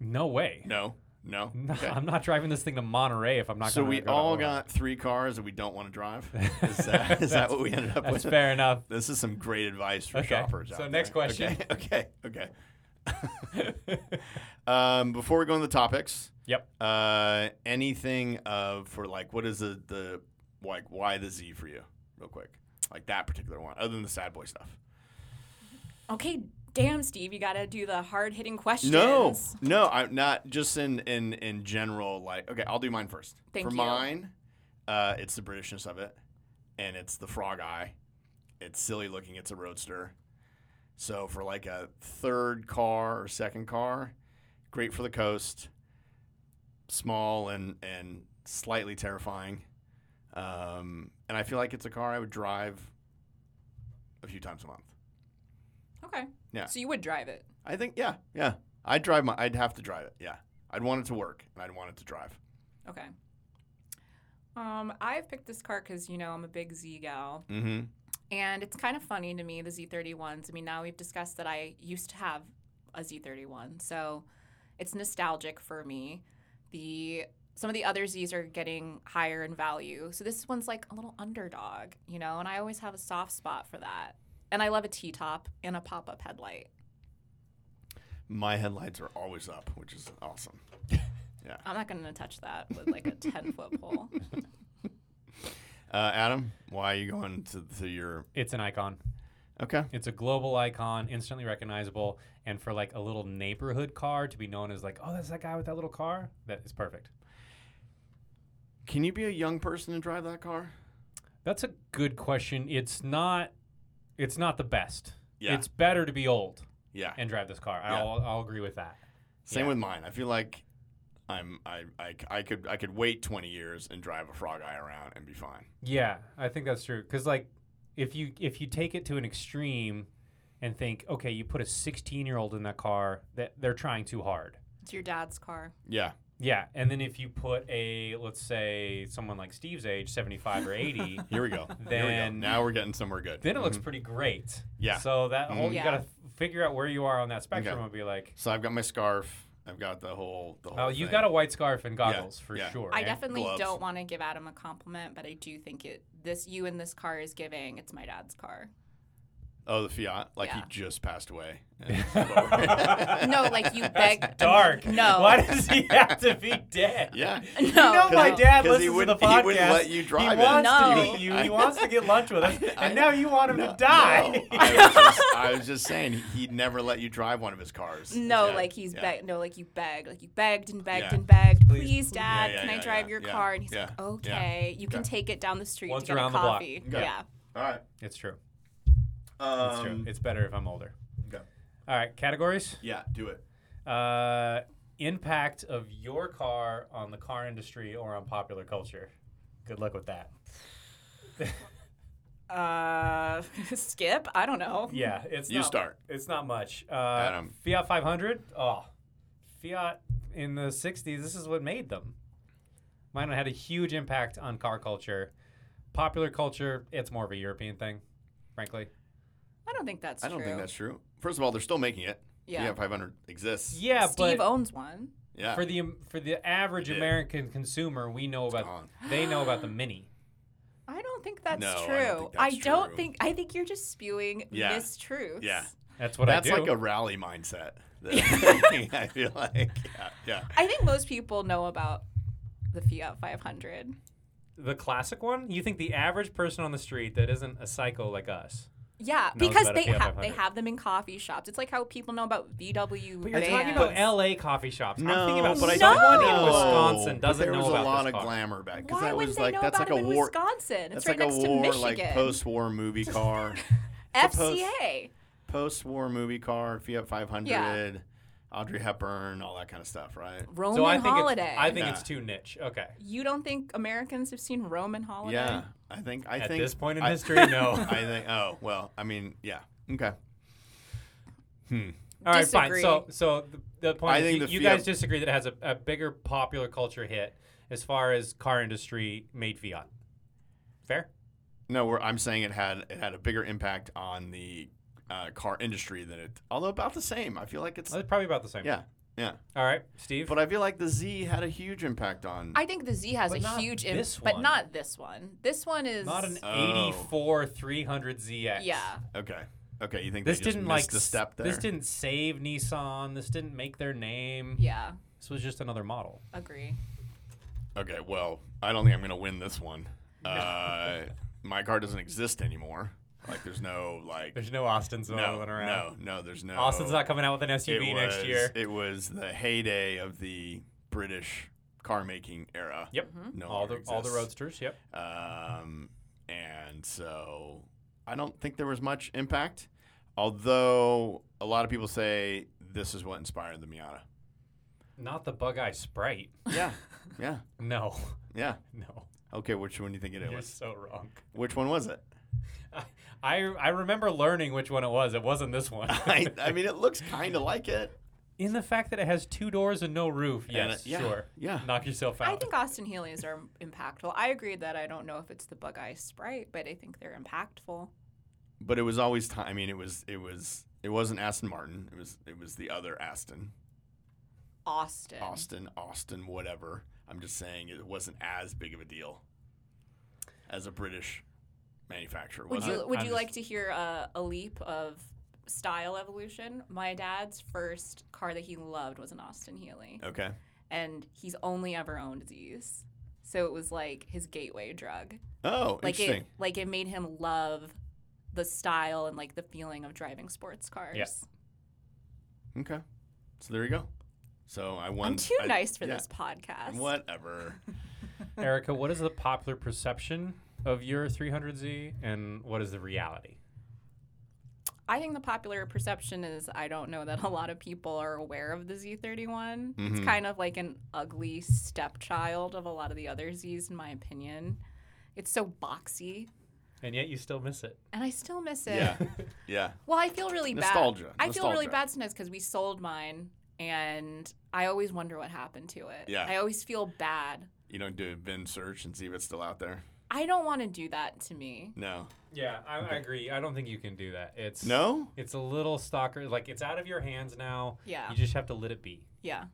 S2: No way.
S1: No, no.
S2: No,
S1: Okay.
S2: I'm not driving this thing to Monterey if I'm not.
S1: So
S2: gonna
S1: we
S2: go to
S1: all
S2: Aurora.
S1: got three cars that we don't want to drive. Is that, is that what we ended up
S2: That's
S1: with?
S2: fair enough.
S1: This is some great advice for
S2: Okay,
S1: shoppers.
S2: so
S1: out
S2: next
S1: there.
S2: question.
S1: Okay, okay. okay. um, before we go into the topics,
S2: Yep.
S1: uh, anything of for like what is the, the like why the Z for you, real quick, like that particular one, other than the sad boy stuff.
S3: Okay, damn, Steve, you got to do the hard hitting questions.
S1: No, no, I'm not just in in in general. Like, okay, I'll do mine first.
S3: Thank
S1: For
S3: you.
S1: mine, uh, it's the Britishness of it, and it's the frog eye. It's silly looking. It's a roadster. So for like a third car or second car, great for the coast. Small and and slightly terrifying, um, and I feel like it's a car I would drive a few times a month.
S3: Okay.
S1: Yeah.
S3: So you would drive it.
S1: I think yeah, yeah. I'd drive my. I'd have to drive it. Yeah, I'd want it to work, and I'd want it to drive.
S3: Okay. Um, I've picked this car because you know I'm a big Z gal,
S1: Mm-hmm.
S3: and it's kind of funny to me the Z31s. I mean, now we've discussed that I used to have a Z31, so it's nostalgic for me. The some of the other Z's are getting higher in value, so this one's like a little underdog, you know. And I always have a soft spot for that. And I love a T top and a pop up headlight.
S1: My headlights are always up, which is awesome.
S3: I'm not gonna touch that with like a ten foot pole.
S1: Uh, Adam, why are you going to, to your?
S2: It's an icon.
S1: Okay,
S2: It's a global icon, instantly recognizable, and for like a little neighborhood car to be known as like, oh, that's that guy with that little car. That is perfect.
S1: can you be a young person and drive that car?
S2: That's a good question. It's not. It's not the best.
S1: Yeah.
S2: It's better to be old
S1: Yeah.
S2: and drive this car.
S1: Yeah.
S2: I'll, I'll agree with that.
S1: Same
S2: yeah.
S1: with mine. I feel like I'm. I, I. I could. I could wait 20 years and drive a frog eye around and be fine.
S2: Yeah, I think that's true. Because like, if you if you take it to an extreme, and think, okay, you put a 16 year old in that car, that they're trying too hard.
S3: It's your dad's car.
S1: Yeah.
S2: Yeah, and then if you put a let's say someone like Steve's age, 75 or 80,
S1: Here we go. Here we go.
S2: Then-
S1: Now we're getting somewhere good.
S2: then it looks pretty great.
S1: Mm-hmm. Yeah. Mm-hmm.
S2: So that whole
S3: Mhm.
S2: you got to figure out where you are on that spectrum
S1: Okay.
S2: and be like,
S1: So I've got my scarf. I've got the whole. The whole
S2: oh, you
S1: thing.
S2: got a white scarf and goggles for
S1: yeah.
S2: sure. eh?"
S3: I
S2: and-
S3: definitely
S1: gloves.
S3: don't want to give Adam a compliment, but I do think it this you in this car is giving. It's my dad's car.
S1: Oh, the Fiat. Like he
S3: Yeah.
S1: just passed away.
S3: No, like you beg.
S2: Dark.
S3: No.
S2: Why does he have to be dead?
S1: yeah.
S3: No.
S2: You know my
S3: no.
S2: dad
S1: 'Cause he
S2: listens to the
S1: wouldn't-
S2: podcast.
S1: he wouldn't let you drive it.
S2: He wants
S3: No.
S2: to meet you. He wants to get lunch with us,
S1: I-
S2: and now you want him
S1: No,
S2: to die.
S1: no. I, was just, I was just saying he- he'd never let you drive one of his cars.
S3: No,
S1: Yeah,
S3: like he's
S1: yeah.
S3: beg. No, like you begged. Like you begged and begged
S1: Yeah.
S3: and begged.
S2: Please,
S3: Please,
S2: please.
S3: dad,
S1: Yeah, yeah,
S3: can I
S1: yeah,
S3: drive
S1: yeah,
S3: your
S1: yeah,
S3: car? And he's like,
S1: yeah,
S3: okay, you can
S1: Okay.
S3: take it down the street
S2: Once
S3: to get a
S2: around the block.
S3: coffee.
S1: Okay.
S3: Yeah.
S1: All right.
S2: It's true. It's
S1: Um,
S2: true. It's better if I'm older.
S1: okay.
S2: All right, categories.
S1: Yeah, do it.
S2: Uh, impact of your car on the car industry or on popular culture. Good luck with that.
S3: Uh, skip. I don't know.
S2: Yeah, it's
S1: You
S2: not-
S1: start.
S2: It's not much. Uh,
S1: Adam.
S2: Fiat 500. Oh, Fiat in the 60s. This is what made them. Mine had a huge impact on car culture, popular culture. It's more of a European thing, frankly.
S3: I don't think that's
S1: I don't
S3: true.
S1: think that's true. First of all, they're still making it.
S3: Yeah.
S1: Fiat 500 exists.
S2: Yeah,
S3: Steve
S2: but
S3: owns one.
S1: Yeah.
S2: for the for the average
S1: He did.
S2: American consumer, we know about
S1: gone.
S2: they know about the Mini.
S3: I don't think that's
S1: No, I don't
S3: true.
S1: think that's
S3: I don't
S1: true.
S3: think. I think you're just spewing
S1: Yeah.
S3: mistruths.
S1: Yeah.
S2: That's what
S1: That's
S2: I do.
S1: like a rally mindset. I feel like. Yeah. yeah.
S3: I think most people know about the Fiat 500.
S2: The classic one? You think the average person on the street that isn't a psycho like us
S3: Yeah,
S2: Knows
S3: because
S2: about a
S3: they
S2: Fiat
S3: have they
S2: 500.
S3: have them in coffee shops. It's like how people know about VW.
S2: But you're talking
S3: vans.
S2: about LA coffee shops. I'm thinking about
S3: but I
S2: someone
S3: think-
S2: in
S3: No!
S1: No,
S2: Wisconsin
S1: but
S2: doesn't
S1: there
S2: know
S1: was
S2: about
S1: a lot
S2: this
S1: of
S2: car.
S1: glamour back because
S3: Why
S1: that
S3: would
S1: was
S3: they
S1: like
S3: know
S1: that's
S3: about
S1: like a
S3: him in
S1: war.
S3: Wisconsin? It's
S1: That's
S3: right
S1: like a
S3: next
S1: war,
S3: to
S1: like
S3: Michigan.
S1: post-war movie car, post-
S3: FCA.
S1: post-war movie car, Fiat 500,
S3: Yeah.
S1: Audrey Hepburn, all that kind of stuff, right?
S3: Roman
S2: So I think
S3: Holiday.
S2: it's, I think
S1: Nah.
S2: it's too niche. Okay.
S3: you don't think Americans have seen Roman Holiday?
S1: Yeah, I think I
S2: At
S1: think
S2: this point in
S1: I-
S2: history, no.
S1: I think. Oh well, I mean, yeah, okay.
S2: All right, fine.
S3: Disagree.
S2: So, so the, the point
S1: I
S2: is
S1: think
S2: you,
S1: the
S2: you
S1: Fiat-
S2: guys disagree that it has a, a bigger popular culture hit as far as car industry made Fiat. Fair?
S1: No, we're, I'm saying it had it had a bigger impact on the uh, car industry than it. Although about the same, I feel like it's
S2: That's probably about the same.
S1: yeah, yeah.
S2: All right, Steve.
S1: But I feel like the Z had a huge impact on.
S3: I think the Z has
S2: But
S3: a
S2: not
S3: huge im-
S2: this
S3: but
S2: one.
S3: not this one. This one is
S2: not an
S1: Oh.
S2: 84 300ZX.
S3: Yeah.
S1: okay, okay. You think
S2: This
S1: they just
S2: didn't
S1: missed
S2: like
S1: the
S2: s-
S1: step there?
S2: This didn't save Nissan. This didn't make their name.
S3: Yeah.
S2: This was just another model.
S3: Agree.
S1: Okay, well, I don't think I'm going to win this one. Uh, my car doesn't exist anymore. Like, there's no like.
S2: There's no Austin's
S1: no,
S2: rolling
S1: no,
S2: around.
S1: no. There's no.
S2: Austin's not coming out with an
S1: it
S2: SUV next
S1: was-
S2: year.
S1: It was the heyday of the British car making era.
S2: Yep.
S3: Mm-hmm.
S1: No
S2: Mm-hmm. All the
S1: longer
S2: all the
S1: exists.
S2: roadsters. Yep.
S1: Um, and so I don't think there was much impact. Although a lot of people say this is what inspired the Miata.
S2: Not the Bug Eye Sprite.
S1: Yeah, yeah,
S2: No,
S1: yeah.
S2: no.
S1: Okay, which one do you think it
S2: You're
S1: was?
S2: so wrong.
S1: Which one was it?
S2: I, I I remember learning which one it was. It wasn't this one.
S1: I, I mean, it looks kind of like it.
S2: In the fact that it has two doors and no roof.
S1: And
S2: Yes,
S1: it- yeah,
S2: sure.
S1: yeah.
S2: Knock yourself out.
S3: I think Austin Healys are impactful. I agree that I don't know if it's the Bug Eye Sprite, but I think they're impactful.
S1: But it was always time. I mean, it was it was it wasn't Aston Martin. It was it was the other Aston,
S3: Austin.
S1: Austin, Austin, whatever. I'm just saying it wasn't as big of a deal as a British manufacturer.
S3: Would
S1: Was
S3: you
S1: it?
S3: would
S2: I'm
S3: you
S2: just-
S3: like to hear a, a leap of style evolution? My dad's first car that he loved was an Austin Healey,
S1: Okay.
S3: and he's only ever owned Z's. So it was like his gateway drug.
S1: Oh,
S3: Like
S1: interesting.
S3: it like it made him love the style and like the feeling of driving sports cars.
S1: Okay. So there you go. So I won.
S3: I'm too
S1: I-
S3: nice for
S1: yeah.
S3: this podcast.
S1: Whatever.
S2: Erica, what is the popular perception of your 300Z, and what is the reality?
S3: I think the popular perception is I don't know that a lot of people are aware of the Z31. It's
S1: Mhm.
S3: kind of like an ugly stepchild of a lot of the other Zs, in my opinion. It's so boxy,
S2: And yet you still miss it.
S3: and I still miss it.
S1: yeah. Yeah.
S3: Well, I feel really
S1: Nostalgia.
S3: bad. I feel really
S1: Nostalgia.
S3: bad sometimes because we sold mine, and I always wonder what happened to it.
S1: Yeah.
S3: I always feel bad.
S1: You don't do a bin search and see if it's still out there.
S3: I don't want to do that to me.
S1: No.
S2: Yeah, I, I agree. I don't think you can do that. It's
S1: No.
S2: It's a little stalker. Like it's out of your hands now.
S3: Yeah.
S2: You just have to let it be.
S3: Yeah.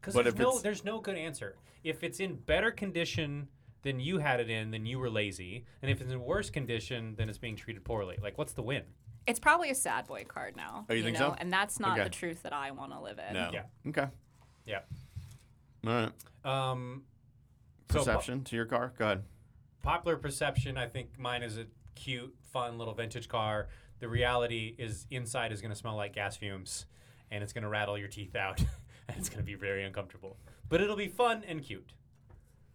S2: Because
S1: But
S2: there's
S1: if
S2: no
S1: it's-
S2: there's no good answer. If it's in better condition than you had it in, then you were lazy. And if it's in worse condition, then it's being treated poorly. Like what's the win?
S3: It's probably a sad boy card now.
S1: Oh, you think
S3: know?
S1: so?
S3: And that's not
S1: Okay.
S3: the truth that I want to live in.
S1: No.
S2: Yeah.
S1: Okay.
S2: Yeah.
S1: All right.
S2: Um, so po-
S1: Perception to your car. Go ahead.
S2: popular perception, I think mine is a cute, fun little vintage car. The reality is inside is going to smell like gas fumes, and it's going to rattle your teeth out, and it's going to be very uncomfortable. But it'll be fun and cute.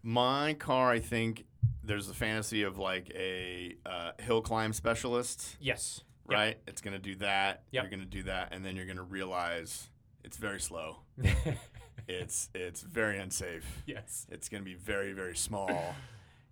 S1: My car, I think there's the fantasy of like a uh, hill climb specialist,
S2: Yes. Yep.
S1: right? It's going to do that.
S2: Yep.
S1: You're going to do that. And then you're going to realize it's very slow. It's it's very unsafe.
S2: yes.
S1: It's going to be very very small.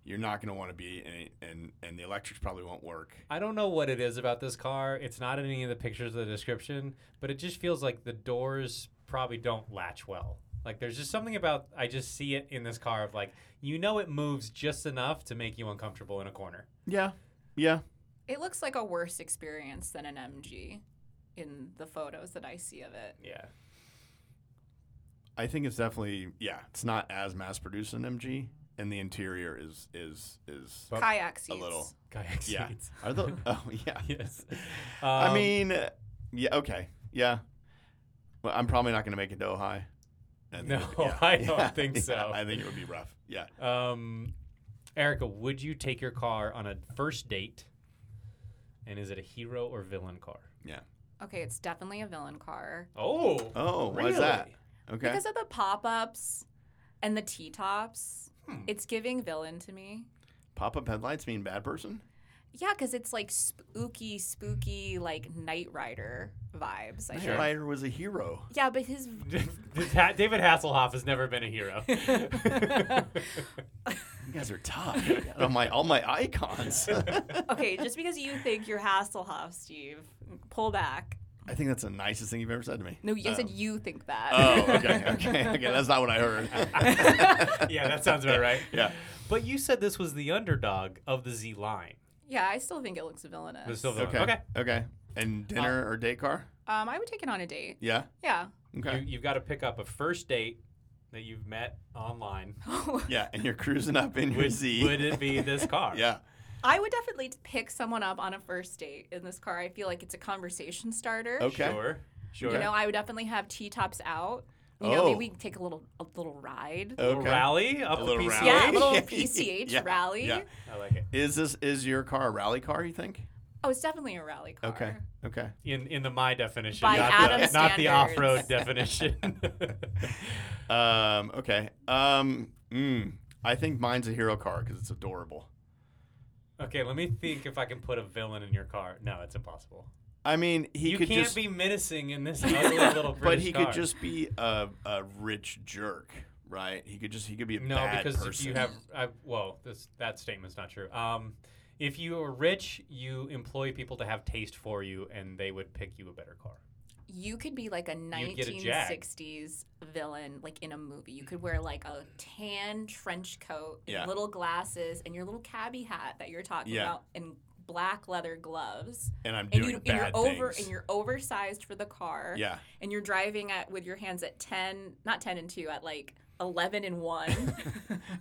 S1: You're not going to want to be in, and and the electrics probably won't work.
S2: I don't know what it is about this car. It's not in any of the pictures or the description, but it just feels like the doors probably don't latch well. Like there's just something about I just see it in this car of like you know it moves just enough to make you uncomfortable in a corner.
S1: Yeah, yeah.
S3: It looks like a worse experience than an MG in the photos that I see of it.
S2: Yeah.
S1: I think it's definitely yeah. It's not as mass produced an MG, and the interior is is is
S2: But-
S3: Kayak seats.
S1: little.
S2: Kayak
S1: yeah.
S2: seats.
S1: Are the oh yeah.
S2: yes.
S1: I
S2: Um,
S1: mean, uh, yeah. Okay, yeah. Well, I'm probably not going to make it Dohai. I think
S2: No,
S1: it would-
S2: I don't think
S1: yeah,
S2: so.
S1: I think it would be rough. Yeah.
S2: um, Erica, would you take your car on a first date And is it a hero or villain car?
S3: Okay, it's definitely a villain car
S2: Oh,
S1: Oh, why
S2: really?
S1: is that? Okay.
S3: because of the pop ups and the t tops.
S2: Hmm.
S3: It's giving villain to me.
S1: Pop up headlights mean bad person?
S3: Yeah, because it's like spooky, spooky, like Knight Rider vibes. I
S1: Knight
S3: think.
S1: Rider was a hero.
S3: Yeah, but his
S2: Ha- David Hasselhoff has never been a hero.
S1: You guys are tough. You got all my all my icons.
S3: okay. Just because you think you're Hasselhoff, Steve, pull back.
S1: I think that's the nicest thing you've ever said to me.
S3: No, I said
S1: Um,
S3: you think that.
S1: Oh, okay, okay, okay. That's not what I heard.
S2: yeah, that sounds about right.
S1: yeah.
S2: But you said this was the underdog of the Z line.
S3: yeah, I still think it looks villainous.
S2: It's still villain.
S1: Okay.
S2: Okay.
S1: Okay. And dinner or date car?
S3: um, I would take it on a date.
S1: Yeah.
S3: Yeah.
S1: Okay.
S2: You, you've got to pick up a first date that you've met online.
S1: yeah, and you're cruising up in your
S2: Would,
S1: Z.
S2: would it be this car?
S1: yeah.
S3: I would definitely pick someone up on a first date in this car. I feel like it's a conversation starter.
S1: Okay.
S2: Sure. Sure.
S3: You know, I would definitely have T tops out. You know,
S1: Oh.
S3: maybe we take a little a little ride.
S2: A little
S1: Okay.
S2: rally up
S1: A little
S2: the PCA.
S1: rally.
S3: Yeah, a little PCH
S1: Yeah,
S3: rally.
S1: yeah.
S2: I like it.
S1: Is this is your car a rally car? You think?
S3: Oh, it's definitely a rally car.
S1: Okay. Okay.
S2: In in the my definition,
S3: By
S2: not,
S3: Adam
S2: the, not the
S3: standards.
S2: off-road definition.
S1: Um. Okay. Um. Mm, I think mine's a hero car because it's adorable.
S2: okay, let me think if I can put a villain in your car. No, it's impossible.
S1: I mean, he
S2: you
S1: could
S2: can't
S1: just,
S2: be menacing in this ugly little British
S1: but he
S2: car.
S1: could just be a, a rich jerk, right? He could just he could be a
S2: no,
S1: bad
S2: because
S1: person.
S2: if you have I, whoa, this that statement's not true. Um, if you are rich, you employ people to have taste for you, and they would pick you a better car.
S3: You could be like a
S2: You'd get a Jag.
S3: 1960s villain, like in a movie. You could wear like a tan trench coat,
S1: Yeah.
S3: little glasses, and your little cabbie hat that you're talking
S1: Yeah.
S3: about, and black leather gloves.
S1: and I'm
S3: And,
S1: doing
S3: you, and you're
S1: bad
S3: over
S1: things.
S3: and you're oversized for the car.
S1: yeah.
S3: and you're driving at with your hands at 10 not 10 and 2 at like 11 and 1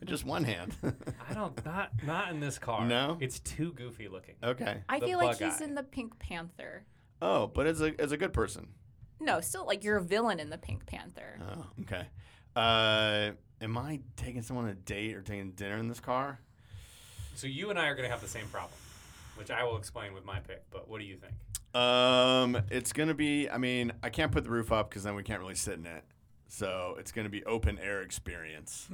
S1: Just one hand.
S2: I don't not not in this car.
S1: No?
S2: it's too goofy looking.
S1: okay.
S3: i
S2: The
S3: feel like
S2: bug
S3: he's
S2: eye.
S3: in the pink panther
S1: Oh, but as a as a good person.
S3: no still like you're a villain in the pink panther
S1: Oh, okay. Uh, am I taking someone on a date or taking dinner in this car?
S2: So you and I are going to have the same problem, which I will explain with my pick. But what do you think?
S1: Um, it's gonna be. I mean, I can't put the roof up because then we can't really sit in it. So it's gonna be open air experience.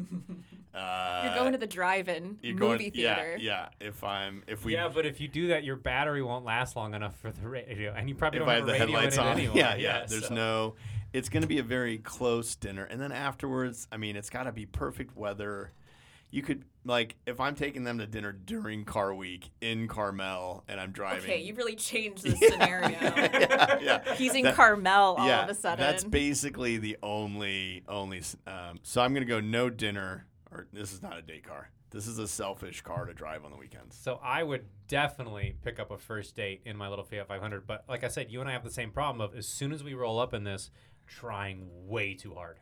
S1: uh,
S3: you're going to the drive-in
S1: you're
S3: movie
S1: going-
S3: theater
S1: Yeah, yeah. If I'm, if we,
S2: yeah, but if you do that, your battery won't last long enough for the radio, and you probably
S1: if
S2: don't
S1: I have
S2: have a
S1: the
S2: radio
S1: headlights
S2: in it
S1: on,
S2: anyway.
S1: yeah, yeah. There's
S2: so-
S1: no. It's gonna be a very close dinner, and then afterwards, I mean, it's gotta be perfect weather. You could like if I'm taking them to dinner during Car Week in Carmel, and I'm driving.
S3: okay you really changed the scenario
S1: yeah, yeah.
S3: he's in
S1: That-
S3: carmel all
S1: yeah,
S3: of a sudden
S1: That's basically the only only. s- Um, so I'm gonna go no dinner, or this is not a date car. This is a selfish car to drive on the weekends.
S2: So I would definitely pick up a first date in my little Fiat 500. But like I said, you and I have the same problem of as soon as we roll up in this, trying way too hard,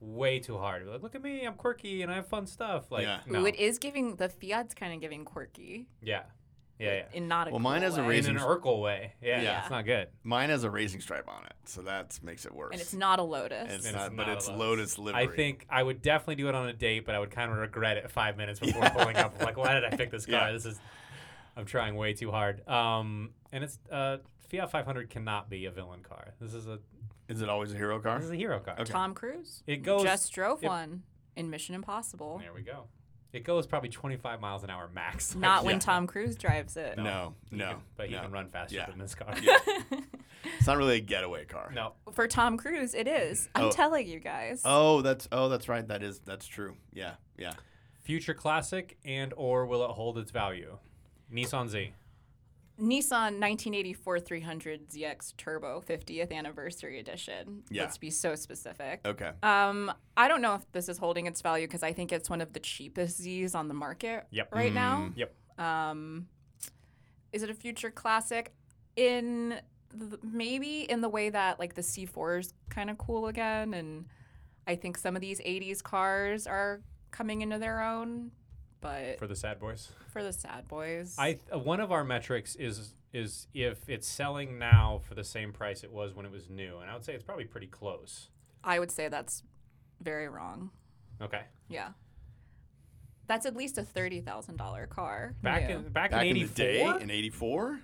S2: way too hard. Like, look at me, I'm quirky and I have fun stuff. Like,
S1: Yeah.
S2: no.
S3: Ooh, it is giving the fiat's kind of giving quirky
S2: yeah, yeah, yeah.
S3: in not a
S1: Well, mine
S3: cool
S1: has a
S3: way.
S1: raisin-
S2: In an Urkel way, yeah,
S1: Yeah.
S2: it's not good.
S1: Mine has a racing stripe on it, so that makes it worse.
S3: and it's not a
S1: And it's
S3: lotus
S2: And
S1: not,
S2: it's
S1: but
S2: not a
S1: it's
S2: Lotus.
S1: Lotus livery.
S2: I think I would definitely do it on a date, but I would kind of regret it five minutes before pulling up. Like, why did I pick this car?
S1: Yeah.
S2: This is, I'm trying way too hard. Um, and it's uh, Fiat 500 cannot be a villain car. This is a
S1: Is it always a hero car?
S2: this is a hero car.
S1: Okay.
S3: tom cruise
S2: It goes.
S3: just drove
S2: it-
S3: one in mission impossible
S2: there we go. It goes probably 25 miles an hour max. Like,
S3: not when
S1: Yeah.
S3: tom cruise drives it
S1: No,
S2: he
S1: no,
S2: can- but he
S1: no.
S2: can run faster
S1: Yeah.
S2: than this car.
S1: It's not really a getaway car.
S2: no.
S3: For Tom Cruise, it is. I'm
S1: Oh.
S3: telling you guys.
S1: Oh, that's oh, that's right. That is that's true. Yeah, yeah.
S2: Future classic and or will it hold its value? Nissan Z.
S3: Nissan 1984 300 ZX Turbo 50th Anniversary Edition.
S1: Yeah.
S3: Let's be so specific.
S1: Okay.
S3: Um, I don't know if this is holding its value because I think it's one of the cheapest Zs on the market
S2: Yep.
S3: right now.
S2: Yep.
S1: Mm.
S3: Um, is it a future classic? In th- maybe in the way that like the C4 is kind of cool again, and I think some of these 80s cars are coming into their own, but
S2: For the sad boys.
S3: for the sad boys.
S2: I th- uh, one of our metrics is is if it's selling now for the same price it was when it was new, and I would say it's probably pretty close.
S3: I would say that's very wrong.
S2: Okay,
S3: Yeah. That's at least a thirty thousand dollar car.
S2: back
S3: new.
S2: in back,
S1: Back
S2: in
S1: in,
S2: eighty
S1: the day
S2: four,
S1: in '84.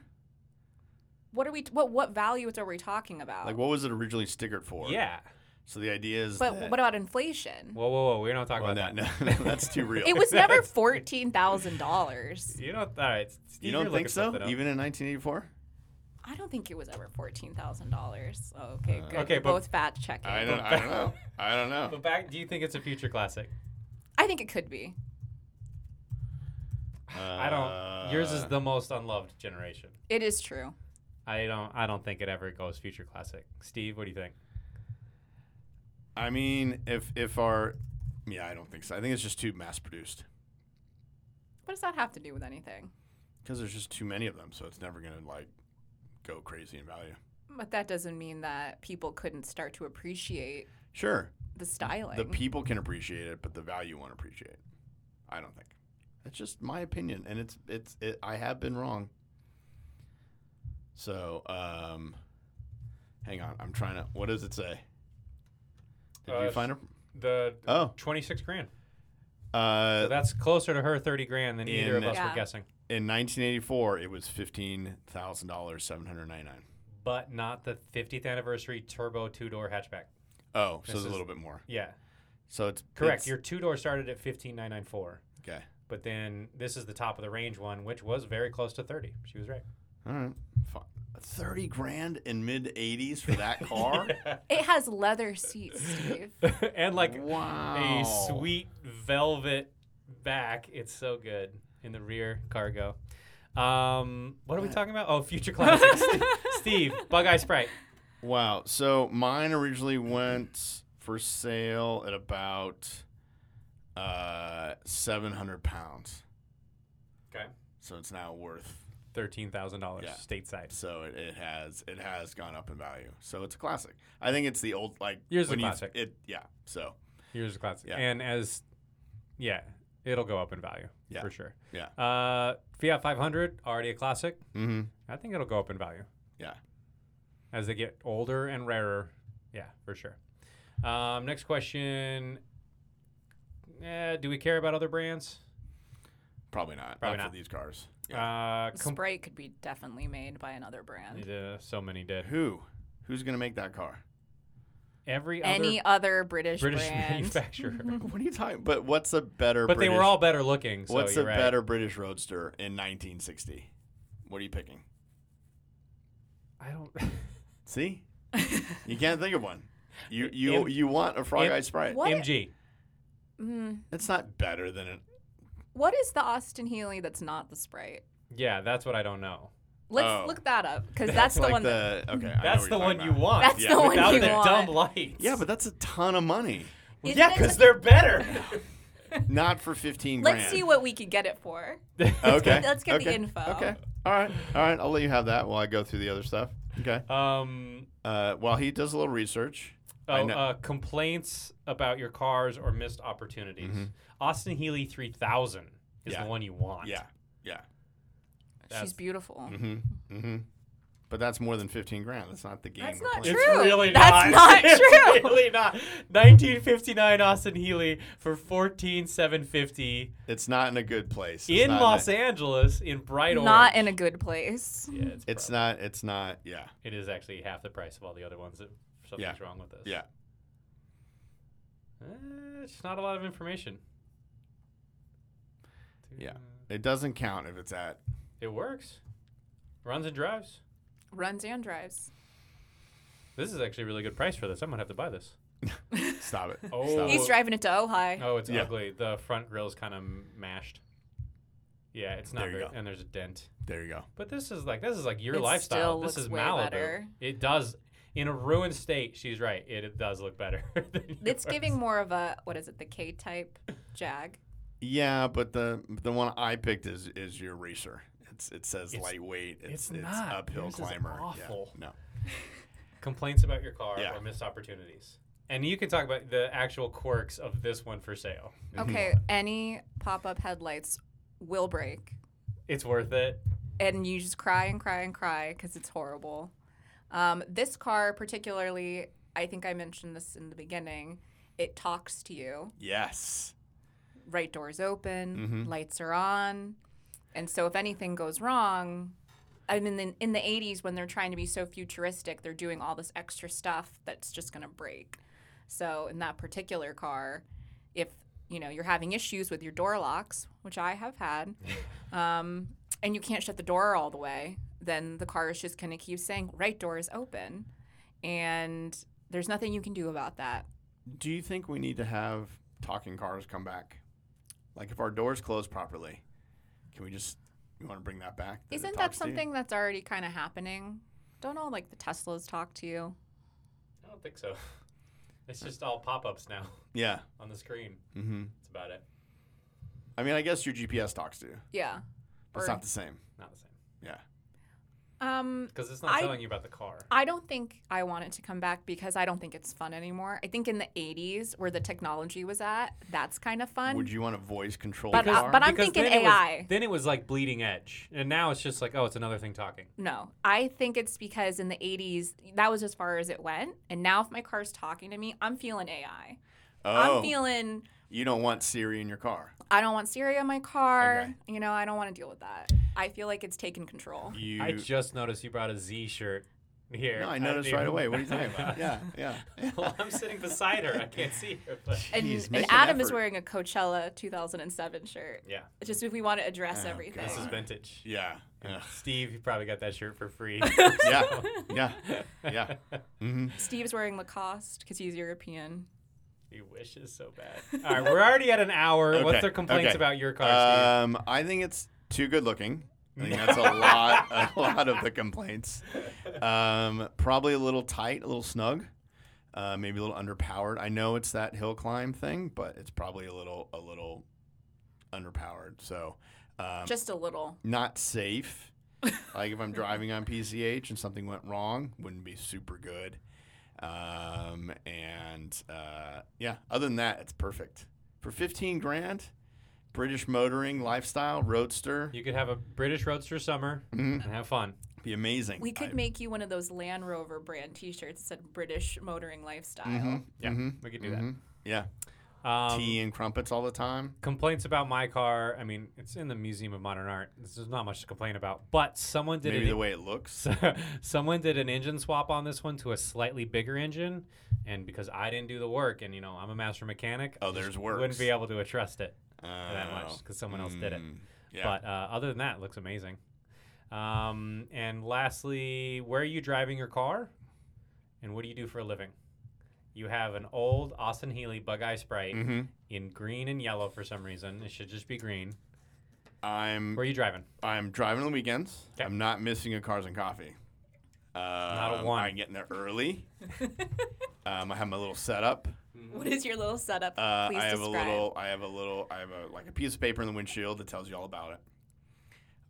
S3: what are we? What what value are we talking about?
S1: Like, what was it originally stickered for?
S2: Yeah.
S1: So the idea is.
S3: but
S1: that,
S3: what about inflation?
S2: Whoa, whoa, whoa. We're not talking
S1: Well,
S2: about
S1: that,
S2: that.
S1: no, no, that's too real.
S3: It was never fourteen thousand dollars.
S2: You don't. All right. Steve,
S1: you
S2: you're
S1: don't
S2: looking
S1: think so?
S2: something up.
S1: Even in 1984?
S3: I don't think it was ever fourteen thousand dollars. Okay, good.
S2: Okay,
S3: We're
S2: but-
S3: both fact checking.
S1: I
S3: I,
S1: don't. I don't know. I don't know.
S2: But back. Do you think it's a future classic?
S3: think it could be.
S2: I don't. Yours is
S1: Uh,
S2: the most unloved generation.
S3: It is true.
S2: I don't. I don't think it ever goes future classic. Steve, what do you think?
S1: I mean, if if our, yeah, I don't think so. I think it's just too mass produced
S3: What does that have to do with anything?
S1: because there's just too many of them, so it's never gonna like go crazy in value.
S3: But that doesn't mean that people couldn't start to appreciate
S1: Sure,
S3: the styling.
S1: the people can appreciate it, but the value won't appreciate. it. I don't think. That's just my opinion, and it's it's it, I have been wrong. So, um, hang on, I'm trying to. What does it say? Did
S2: Uh,
S1: you
S2: it's-
S1: find it?
S2: The
S1: Oh,
S2: twenty-six grand.
S1: uh,
S2: So that's closer to her thirty grand than either
S1: in-
S2: of us
S3: Yeah.
S2: were guessing.
S1: in 1984, it was fifteen thousand dollars, seven hundred ninety-nine.
S2: But not the fiftieth anniversary turbo two-door hatchback.
S1: Oh, so
S2: This
S1: it's a
S2: is-
S1: little bit more.
S2: Yeah,
S1: So it's
S2: correct.
S1: it's-
S2: Your two-door started at fifteen nine nine four.
S1: okay.
S2: But then this is the top of the range one, which was very close to thirty. She was right.
S1: All right. Fine. Thirty grand in mid '80s for that car.
S3: it has leather seats, Steve.
S2: and like
S1: wow.
S2: a sweet velvet back. It's so good in the rear cargo. Um, what are we talking about? Oh, future classics. Steve, Bug Eye Sprite.
S1: Wow. So mine originally went for sale at about uh, 700 pounds.
S2: Okay.
S1: So it's now worth.
S2: Thirteen thousand dollars
S1: Yeah.
S2: stateside.
S1: So it, it has it has gone up in value. So it's a classic. I think it's the old like
S2: Yours is
S1: when
S2: a
S1: you-
S2: classic.
S1: It yeah. So
S2: Here's a classic.
S1: Yeah.
S2: And as yeah, it'll go up in value
S1: Yeah.
S2: for sure.
S1: Yeah.
S2: Uh, Fiat 500 already a classic.
S1: mm-hmm.
S2: I think it'll go up in value.
S1: Yeah.
S2: As they get older and rarer. Yeah, for sure. Um, next question. Eh, do we care about other brands?
S1: probably not.
S2: Probably
S1: not,
S2: not.
S1: for these cars.
S2: Uh, com-
S3: Sprite could be definitely made by another brand.
S2: Yeah, so many did.
S1: Who? Who's gonna make that car?
S2: Every
S3: Any
S2: other
S3: other British,
S2: British
S3: brand.
S2: manufacturer.
S1: What are you talking? But what's a better?
S2: but they were
S1: British-
S2: all better looking. So
S1: What's
S2: you're
S1: a
S2: right.
S1: better British roadster in 1960? What are you picking?
S2: I don't.
S1: See, you can't think of one. You you
S2: Im-
S1: you want a frog
S2: Im-
S1: eyed sprite?
S3: What?
S2: MG.
S3: Mm.
S1: It's not better than it.
S3: What is the Austin Healy that's not the Sprite?
S2: Yeah, that's what I don't know.
S3: Let's
S1: Oh.
S3: look that up because that's, the
S1: like
S3: one. That,
S1: The, okay, I know
S2: That's
S1: what
S2: the
S1: you're
S2: one
S1: talking
S2: you
S1: about.
S2: want.
S3: That's
S1: Yeah. the one
S2: Without
S3: you
S2: the
S3: want.
S2: dumb lights.
S1: Yeah, but that's a ton of money.
S3: Isn't
S2: yeah,
S3: it-
S2: because they're better.
S1: Not for 15 grand.
S3: let's see what we could get it for.
S1: Okay.
S3: let's get the
S1: okay,
S3: info.
S1: Okay. All right. All right. I'll let you have that while I go through the other stuff. Okay.
S2: um.
S1: Uh, while he does a little research. I
S2: Oh,
S1: know-
S2: uh, complaints about your cars or missed opportunities. Austin Healy 3000
S1: Mm-hmm.
S2: is
S1: Yeah.
S2: the one you want.
S1: Yeah. Yeah.
S2: That's- Mm.
S3: She's beautiful.
S1: Mm-hmm. Mm-hmm. But that's more than 15 grand. That's not the game.
S3: That's
S1: we're
S3: not
S1: playing.
S3: true.
S2: It's really
S3: That's
S2: not.
S3: not
S2: It's
S3: true.
S2: really not. 1959 Austin Healy for 14750
S1: It's not in a good place. It's
S2: in
S1: not
S2: Los
S1: a-
S2: Angeles in bright orange.
S3: Not in a good place.
S2: Yeah, it's,
S1: It's
S2: it's
S1: not. It's not. Yeah.
S2: it is actually half the price of all the other ones. That something's wrong with this.
S1: Yeah.
S2: Uh, it's not a lot of information.
S1: Yeah. It doesn't count if it's at.
S2: It works. Runs and drives.
S3: Runs and drives.
S2: This is actually a really good price for this. I'm gonna have to buy this.
S1: Stop it.
S2: Oh.
S1: Stop
S3: He's
S1: it.
S3: driving it to Ojai.
S2: Oh, it's
S1: Yeah.
S2: ugly. The front grill's kind of mashed. Yeah, it's not
S1: There you
S2: very,
S1: go.
S2: and there's a dent.
S1: There you go.
S2: But this is like this is like your
S3: It
S2: lifestyle.
S3: still
S2: this
S3: looks
S2: is
S3: way
S2: Malibu.
S3: better.
S2: It does in a ruined state. She's right. It, it does look better. than
S3: It's
S2: yours.
S3: giving more of a what is it? The K type Jag.
S1: Yeah, but the the one I picked is is your racer. It's it says
S2: It's-
S1: lightweight. It's
S2: it's
S1: it's,
S2: not.
S1: uphill
S2: Yours is
S1: climber. Yeah,
S2: awful.
S1: No.
S2: complaints about your car
S1: Yeah.
S2: or missed opportunities. And you can talk about the actual quirks of this one for sale.
S3: Okay. Any pop up headlights will break,
S2: It's worth it.
S3: and you just cry and cry and cry because it's horrible. Um, this car particularly, I think I mentioned this in the beginning. It talks to you.
S1: Yes.
S3: right doors open,
S1: Mhm.
S3: lights are on. And so if anything goes wrong, and in the, in the 80s when they're trying to be so futuristic they're doing all this extra stuff that's just going to break so in that particular car if you know you're having issues with your door locks which i have had um, and you can't shut the door all the way then the car is just going to keep saying right door is open and there's nothing you can do about that
S1: Do you think we need to have talking cars come back? Like if our doors close properly, can we just you want to bring that back? it
S3: isn't that
S1: talks to you?
S3: something that's already kind of happening don't all like the teslas talk to you
S2: I don't think so. It's just all pop-ups now
S1: Yeah.
S2: on the screen.
S1: hmm
S2: That's about it.
S1: I mean, I guess your GPS talks to you.
S3: yeah
S1: But it's
S3: Or-
S1: not the same.
S2: Not the same
S1: Yeah.
S3: um
S2: because it's not
S3: I-
S2: telling you about the car.
S3: I don't think I want it to come back because I don't think it's fun anymore. I think in the 80s, where the technology was at, that's kind of fun.
S1: Would you want a voice control
S3: But, uh,
S1: car?
S3: but I'm
S2: Because
S3: thinking
S2: then it was-
S3: AI.
S2: then it was like bleeding edge, and now it's just like, oh, it's another thing talking.
S3: no, I think it's because in the 80s, that was as far as it went. And now if my car's talking to me, I'm feeling AI.
S1: oh,
S3: I'm feeling,
S1: you don't want Siri in your car.
S3: I don't want Siri in my car.
S1: Okay.
S3: You know, I don't want to deal with that. I feel like it's taken control.
S1: You.
S2: I just noticed you brought a Z shirt here.
S1: no, I
S2: didn't
S1: noticed right
S2: even-
S1: away. What are you talking about? Yeah, yeah.
S2: well, I'm sitting beside her. I can't see her, but
S3: And,
S1: Jeez,
S3: and
S1: make an
S3: Adam is
S1: effort.
S3: wearing a Coachella 2007 shirt.
S2: yeah,
S3: Just if we want to address
S1: Oh,
S3: everything.
S2: this is
S1: God.
S2: vintage.
S1: Yeah, yeah,
S2: Steve, you probably got that shirt for free.
S1: yeah, yeah, yeah. hmm
S3: Steve's wearing Lacoste because he's European.
S2: he wishes so bad. All right, we're already at an hour. What's
S1: Okay,
S2: their complaints
S1: okay.
S2: about your car, Steve?
S1: Um, I think it's too good looking. I think that's a lot, a lot of the complaints. Um, probably a little tight, a little snug, uh, maybe a little underpowered. I know it's that hill climb thing, but it's probably a little, a little underpowered. So, um,
S3: Just a little.
S1: not safe. like if I'm driving on PCH and something went wrong, wouldn't be super good. Um, and uh, yeah, other than that, it's perfect for 15 grand. British motoring lifestyle roadster
S2: You could have a British Roadster summer
S1: Mhm.
S2: and have fun.
S1: be amazing.
S3: We could
S1: I-
S3: make you one of those Land Rover brand T-shirts that said "British motoring lifestyle."
S1: Mhm,
S2: Yeah,
S1: mhm,
S2: we could do
S1: mhm. Yeah, Mm-hmm.
S2: that. Um,
S1: tea and crumpets all the time.
S2: complaints about my car. I mean, it's in the Museum of Modern Art. There's not much to complain about. But someone did
S1: Maybe
S2: an,
S1: the way it looks.
S2: someone did an engine swap on this one to a slightly bigger engine, and because I didn't do the work, and you know I'm a master mechanic,
S1: Oh, there's works.
S2: wouldn't be able to trust it that
S1: Oh,
S2: much because someone else did it.
S1: mm, Yeah.
S2: But uh, other than that, it looks amazing. Um, and lastly, where are you driving your car? And what do you do for a living? You have an old Austin Healy Bug Eye Sprite
S1: Mhm.
S2: in green and yellow for some reason. It should just be green.
S1: I'm
S2: Where are you driving?
S1: I'm driving on the weekends.
S2: Okay.
S1: I'm not missing a cars and coffee. Um,
S2: a one.
S1: I'm getting there early. um, I have my little setup.
S3: What is your little setup?
S1: Uh,
S3: Please
S1: I have
S3: describe.
S1: a little. I have a little. I have a like a piece of paper in the windshield that tells you all about it.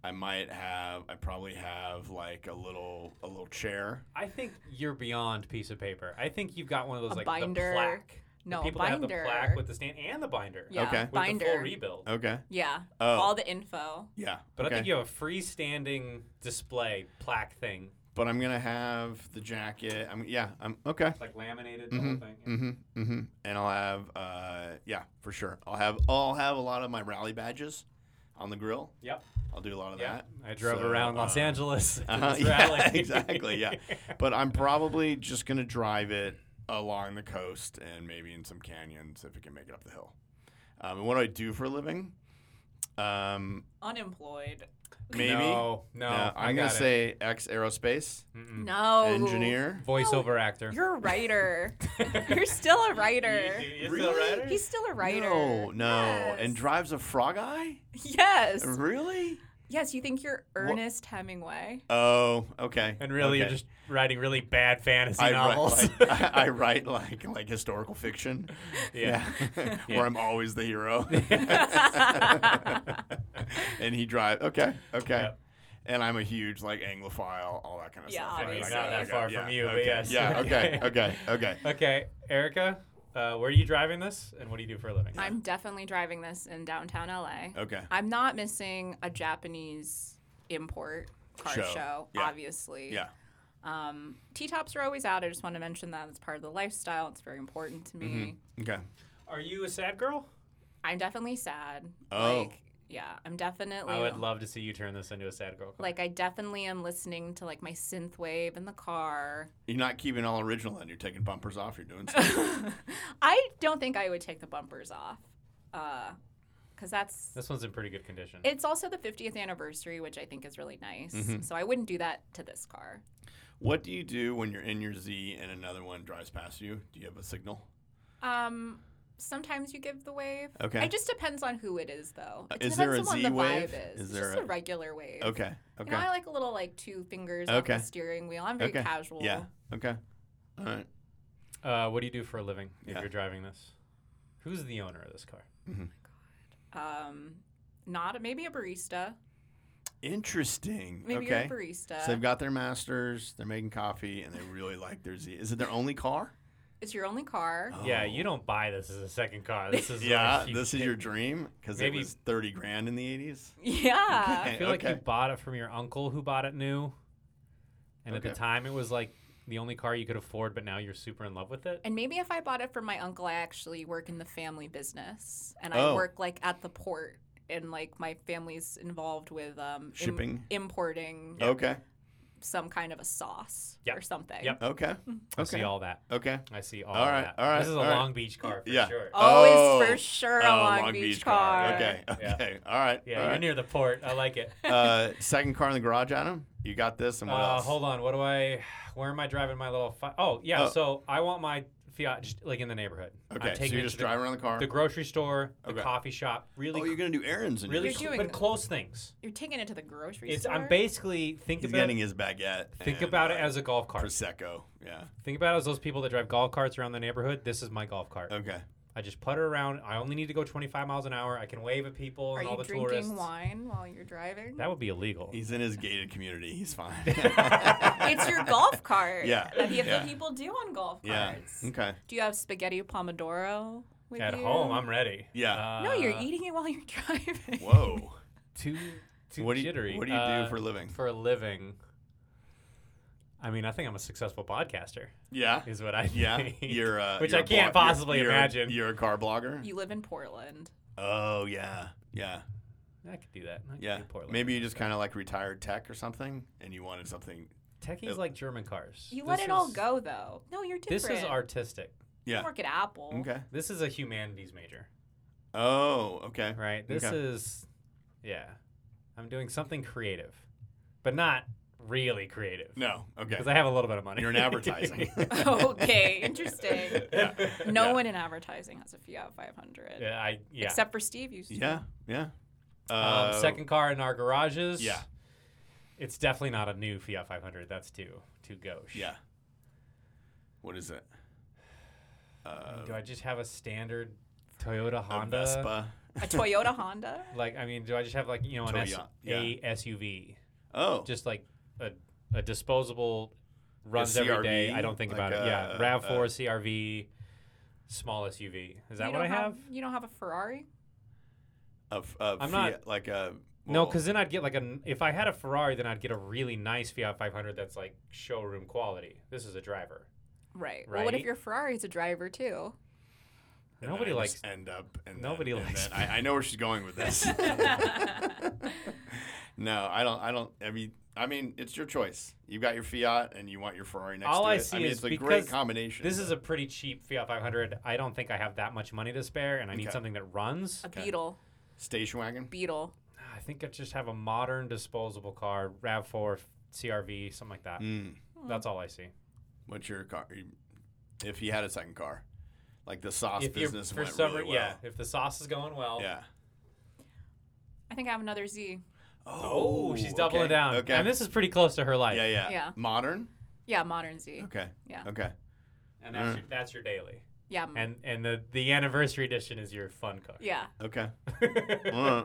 S1: I might have. I probably have like a little a little chair.
S2: I think you're beyond piece of paper. I think you've got one of those
S3: A
S2: like
S3: binder.
S2: the plaque.
S3: no
S2: the people that
S3: binder.
S2: have the plaque with the stand and the binder.
S3: yeah,
S1: Okay. With the
S2: With
S3: binder.
S2: the full rebuild.
S1: Okay.
S3: yeah,
S1: Oh.
S3: all the info.
S1: yeah.
S2: But
S1: okay.
S2: I think you have a freestanding display plaque thing,
S1: But I'm gonna have the jacket. I'm yeah. I'm okay.
S2: like laminated the whole
S1: Mhm,
S2: thing.
S1: mhm, mhm. And I'll have, uh, yeah, for sure. I'll have, I'll have a lot of my rally badges on the grill.
S2: Yep.
S1: I'll do a lot of
S2: Yeah.
S1: that.
S2: I drove
S1: So,
S2: around Los
S1: uh,
S2: Angeles. to
S1: uh-huh,
S2: this
S1: yeah,
S2: rally.
S1: exactly, yeah. But I'm probably just gonna drive it along the coast and maybe in some canyons if it can make it up the hill. Um, and what do I do for a living? Um,
S3: Unemployed.
S1: maybe.
S2: No, no.
S1: Uh,
S2: I
S1: I'm gonna
S2: got it.
S1: say ex aerospace
S2: Mm-mm.
S3: No
S1: Mm. engineer.
S2: voiceover actor.
S3: You're a writer. you're still a writer.
S2: You- you
S1: Really?
S2: still a writer?
S3: He's still a writer.
S1: No, no, and
S3: Yes.
S1: drives a frog eye.
S3: yes,
S1: Really?
S3: yes. You think you're Ernest Hemingway?
S1: Oh, okay.
S2: and really, you're
S1: okay.
S2: just writing really bad fantasy
S1: I
S2: novels.
S1: write, like, I, I write like like historical fiction.
S2: Yeah. Yeah.
S1: Where I'm always the hero. and he drives. Okay. Okay.
S2: Yep.
S1: And I'm a huge like Anglophile, all that kind of
S3: Yeah,
S1: stuff.
S3: I
S1: right?
S3: mean,
S1: Like,
S3: not
S1: uh,
S3: that
S1: okay,
S2: far
S1: yeah,
S2: from you, but
S1: okay,
S2: yes.
S1: Yeah. Okay. Okay. Okay.
S2: okay, Erica, uh, where are you driving this, and what do you do for a living?
S3: I'm definitely driving this in downtown LA.
S1: Okay.
S3: I'm not missing a Japanese import car
S1: Show.
S3: show,
S1: Yeah.
S3: obviously.
S1: Yeah.
S3: Um, T tops are always out. I just want to mention that it's part of the lifestyle. It's very
S1: Mm-hmm.
S3: important to me.
S1: Okay.
S2: Are you a sad girl?
S3: I'm definitely sad.
S1: Oh.
S3: Like yeah, I'm definitely
S2: I would love to see you turn this into a sad girl. Oh, Like,
S3: like I definitely am listening to like my synth wave in the car.
S1: You're not keeping all original, and you're taking bumpers off. You're doing stuff.
S3: I don't think I would take the bumpers off. Uh 'cause cuz that's
S2: this one's in pretty good condition.
S3: it's also the 50th anniversary, which I think is really nice.
S1: Mhm.
S3: So I wouldn't do that to this car.
S1: what do you do when you're in your Z and another one drives past you? Do you have a signal?
S3: Um, sometimes you give the wave.
S1: Okay.
S3: It just depends on who it is, though.
S1: Uh,
S3: It
S1: is
S3: depends
S1: there a
S3: on
S1: Z
S3: the
S1: wave?
S3: vibe
S1: Is
S3: is. It's
S1: there
S3: just a,
S1: a-
S3: regular wave.
S1: Okay. Okay.
S3: You know, I like a little like two fingers on
S1: Okay.
S3: the steering wheel. I'm very
S1: Okay.
S3: casual.
S1: yeah. Okay. All right.
S2: Uh, what do you do for a living if
S1: Yeah.
S2: you're driving this? Who's the owner of this car?
S3: Um, not maybe a barista.
S1: Interesting.
S3: Maybe
S1: okay.
S3: you're a barista.
S1: So they've got their masters. They're making coffee, and they really like their Z. Is it their only car?
S3: it's your only car.
S2: Yeah,
S1: Oh.
S2: you don't buy this as a second car. This is
S1: Yeah,
S2: like you
S1: this is
S2: pick-
S1: your dream because it
S2: Maybe-
S1: was thirty grand in the eighties.
S3: Yeah.
S1: Okay.
S2: I feel like
S1: okay.
S2: you bought it from your uncle who bought it new, and at
S1: Okay.
S2: the time it was like the only car you could afford. But now you're super in love with it.
S3: And maybe if I bought it from my uncle, I actually work in the family business, and
S1: Oh.
S3: I work like at the port, and like my family's involved with um, im-
S1: Shipping. Oh.
S3: importing
S1: Okay.
S3: some kind of a sauce
S2: Yep.
S3: or something.
S2: Yep.
S1: Okay.
S2: I
S1: Okay.
S2: see all that.
S1: Okay.
S2: I see all,
S1: All
S2: of
S1: right,
S2: that.
S1: all right,
S2: This is a
S1: all right.
S2: Long Beach car for
S1: Yeah.
S2: sure.
S1: Oh,
S3: Always
S1: Oh.
S3: for sure a
S1: Oh,
S3: Long, Beach, car.
S1: Okay.
S2: Yeah.
S1: Okay. All right.
S2: Yeah,
S1: all
S2: you're
S1: right.
S2: near the port. I like it.
S1: uh, second car in the garage, Adam. You got this, and what
S2: Uh,
S1: else?
S2: hold on. What do I? Where am I driving my little? Fi- oh yeah.
S1: Oh.
S2: So I want my Fiat just like in the neighborhood. I'm
S1: Okay, so
S2: taking
S1: you're
S2: it
S1: just
S2: to the-
S1: driving around the car.
S2: The grocery store, the
S1: Okay.
S2: coffee shop, really,
S1: oh, you're gonna do errands. In
S2: really,
S1: yours.
S2: cl-
S3: doing
S2: but
S3: it.
S2: close things.
S3: You're taking it to the grocery
S2: It's
S3: store.
S2: I'm basically think
S1: He's
S2: about
S1: getting his baguette.
S2: think
S1: and,
S2: about it
S1: uh,
S2: as a golf cart.
S1: prosecco. Yeah.
S2: Think about it as those people that drive golf carts around the neighborhood. This is my golf cart.
S1: Okay.
S2: I just putter around. I only need to go 25 miles an hour. I can wave at people
S3: Are
S2: and all
S3: you
S2: the
S3: drinking
S2: tourists.
S3: wine while you're driving?
S2: That would be illegal.
S1: He's in his gated community. He's fine.
S3: it's your golf cart.
S1: Yeah,
S3: That the
S1: yeah.
S3: people do on golf
S1: Yeah. Mm.
S3: carts.
S1: Okay.
S3: Do you have spaghetti pomodoro with
S2: At
S3: you?
S2: home, I'm ready.
S1: Yeah.
S3: No, you're e-
S2: Uh,
S3: eating it while you're driving.
S1: Whoa.
S2: too too
S1: what do you
S2: jittery.
S1: What do you
S2: Uh,
S1: do for a living?
S2: for a living? I mean, I think I'm a successful podcaster.
S1: yeah.
S2: Is what I
S1: Yeah.
S2: think.
S1: You're. Uh,
S2: Which
S1: you're
S2: I
S1: a
S2: can't
S1: blo- you're-
S2: possibly
S1: you're a-
S2: imagine.
S1: You're a car blogger.
S3: You live in Portland.
S1: oh yeah. Yeah.
S2: I could do that. I could
S1: Yeah.
S2: do Portland.
S1: Maybe you just kind of like retired tech or something, and you wanted something.
S2: techies like German cars.
S3: You let
S2: This
S3: it all
S2: is-
S3: go though. No, you're different.
S2: This is artistic.
S3: You
S1: Yeah.
S3: work at Apple.
S1: Okay.
S2: This is a humanities major,
S1: Oh. Okay.
S2: right? This
S1: Okay.
S2: is, yeah, I'm doing something creative, but not really creative.
S1: No. Okay.
S2: because I have a little bit of money.
S1: You're in advertising.
S3: Oh, okay, interesting.
S1: yeah.
S3: No
S1: Yeah.
S3: one in advertising has a Fiat 500.
S2: yeah, I yeah.
S3: Except for Steve used to.
S1: Yeah. Yeah.
S2: um,
S1: Uh,
S2: second car in our garages.
S1: Yeah.
S2: It's definitely not a new Fiat 500. That's too too gauche.
S1: Yeah. What is it? Uh,
S2: Do I just have a standard Toyota
S1: a
S2: Honda?
S1: Vespa.
S3: A Toyota Honda?
S2: Like, I mean, do I just have like you know an S-
S1: Toyota, yeah.
S2: a SUV?
S1: Oh.
S2: just like a, a disposable runs
S1: A
S2: every day.
S1: CRV,
S2: I don't think
S1: like uh,
S2: about it. Yeah,
S1: a-
S2: Rav
S1: a-
S2: Four CRV, small SUV. Is that
S3: You
S2: what I
S3: don't
S2: have?
S3: You don't have a Ferrari?
S1: a, f- a Fiat,
S2: I'm not-
S1: like a
S2: No,
S1: well,
S2: because then I'd get like an. If I had a Ferrari, then I'd get a really nice Fiat 500 that's like showroom quality. This is a driver.
S3: Right. Well, what if
S2: Right.
S3: your Ferrari's a driver too?
S1: and
S2: Nobody
S1: then I
S2: likes.
S1: just end up. And
S2: nobody
S1: then, and
S2: likes
S1: then- I, I know where she's going with this. no, I don't. I don't. I mean, I mean, it's your choice. You've got your Fiat, and you want your Ferrari next
S2: All
S1: to
S2: I
S1: it.
S2: see
S1: I mean,
S2: is
S1: it's a great
S2: because
S1: combination.
S2: This is a pretty cheap Fiat 500. I don't think I have that much money to spare, and I need
S1: Okay.
S2: something that runs.
S3: A Beetle.
S1: station wagon.
S3: Beetle.
S2: I think I just have a modern disposable car, Rav Four CRV, something like that.
S1: Mm.
S2: That's all I see.
S1: What's your car? If he had a second car, like the sauce
S2: if you're
S1: business
S2: for
S1: went
S2: some
S1: really
S2: re-
S1: well.
S2: yeah, if the sauce is going well,
S1: Yeah.
S3: I think I have another Z.
S2: Oh, she's doubling
S1: okay,
S2: down.
S1: Okay.
S2: And this is pretty close to her life.
S1: yeah, yeah.
S3: Yeah.
S1: Modern.
S3: Yeah, modern Z.
S1: Okay.
S3: Yeah.
S1: Okay.
S2: And that's,
S1: Mm.
S2: your, that's your daily.
S3: Yeah. m-
S2: And and the, the anniversary edition is your fun cook.
S3: yeah.
S1: Okay.
S2: Yeah.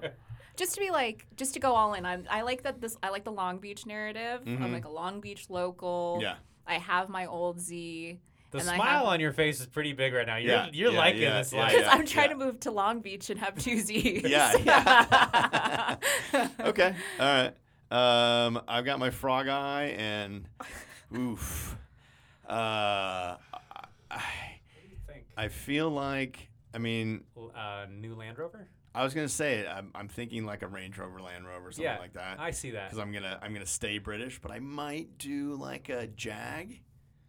S3: Just to be like, just to go all in. I'm, I like that this. I like the Long Beach narrative.
S1: Mhm.
S3: I'm like a Long Beach local.
S1: Yeah.
S3: I have my old Z.
S2: the
S3: And I
S2: smile
S3: have-
S2: on your face is pretty big right now. You're,
S1: Yeah,
S2: you're
S1: yeah,
S2: liking
S1: yeah,
S2: this
S1: yeah,
S2: life.
S3: Because
S1: Ah, yeah.
S3: I'm trying to move to Long Beach and have two Z's.
S1: Yeah, yeah. Okay. All right. Um, I've got my frog eye and oof. Uh, I,
S2: Think.
S1: I feel like I mean
S2: L- Uh, new Land Rover?
S1: I was gonna say I'm, I'm thinking like a Range Rover, Land Rover, something
S2: Yeah,
S1: like that.
S2: I see that.
S1: Because I'm gonna I'm gonna stay British, but I might do like a Jag,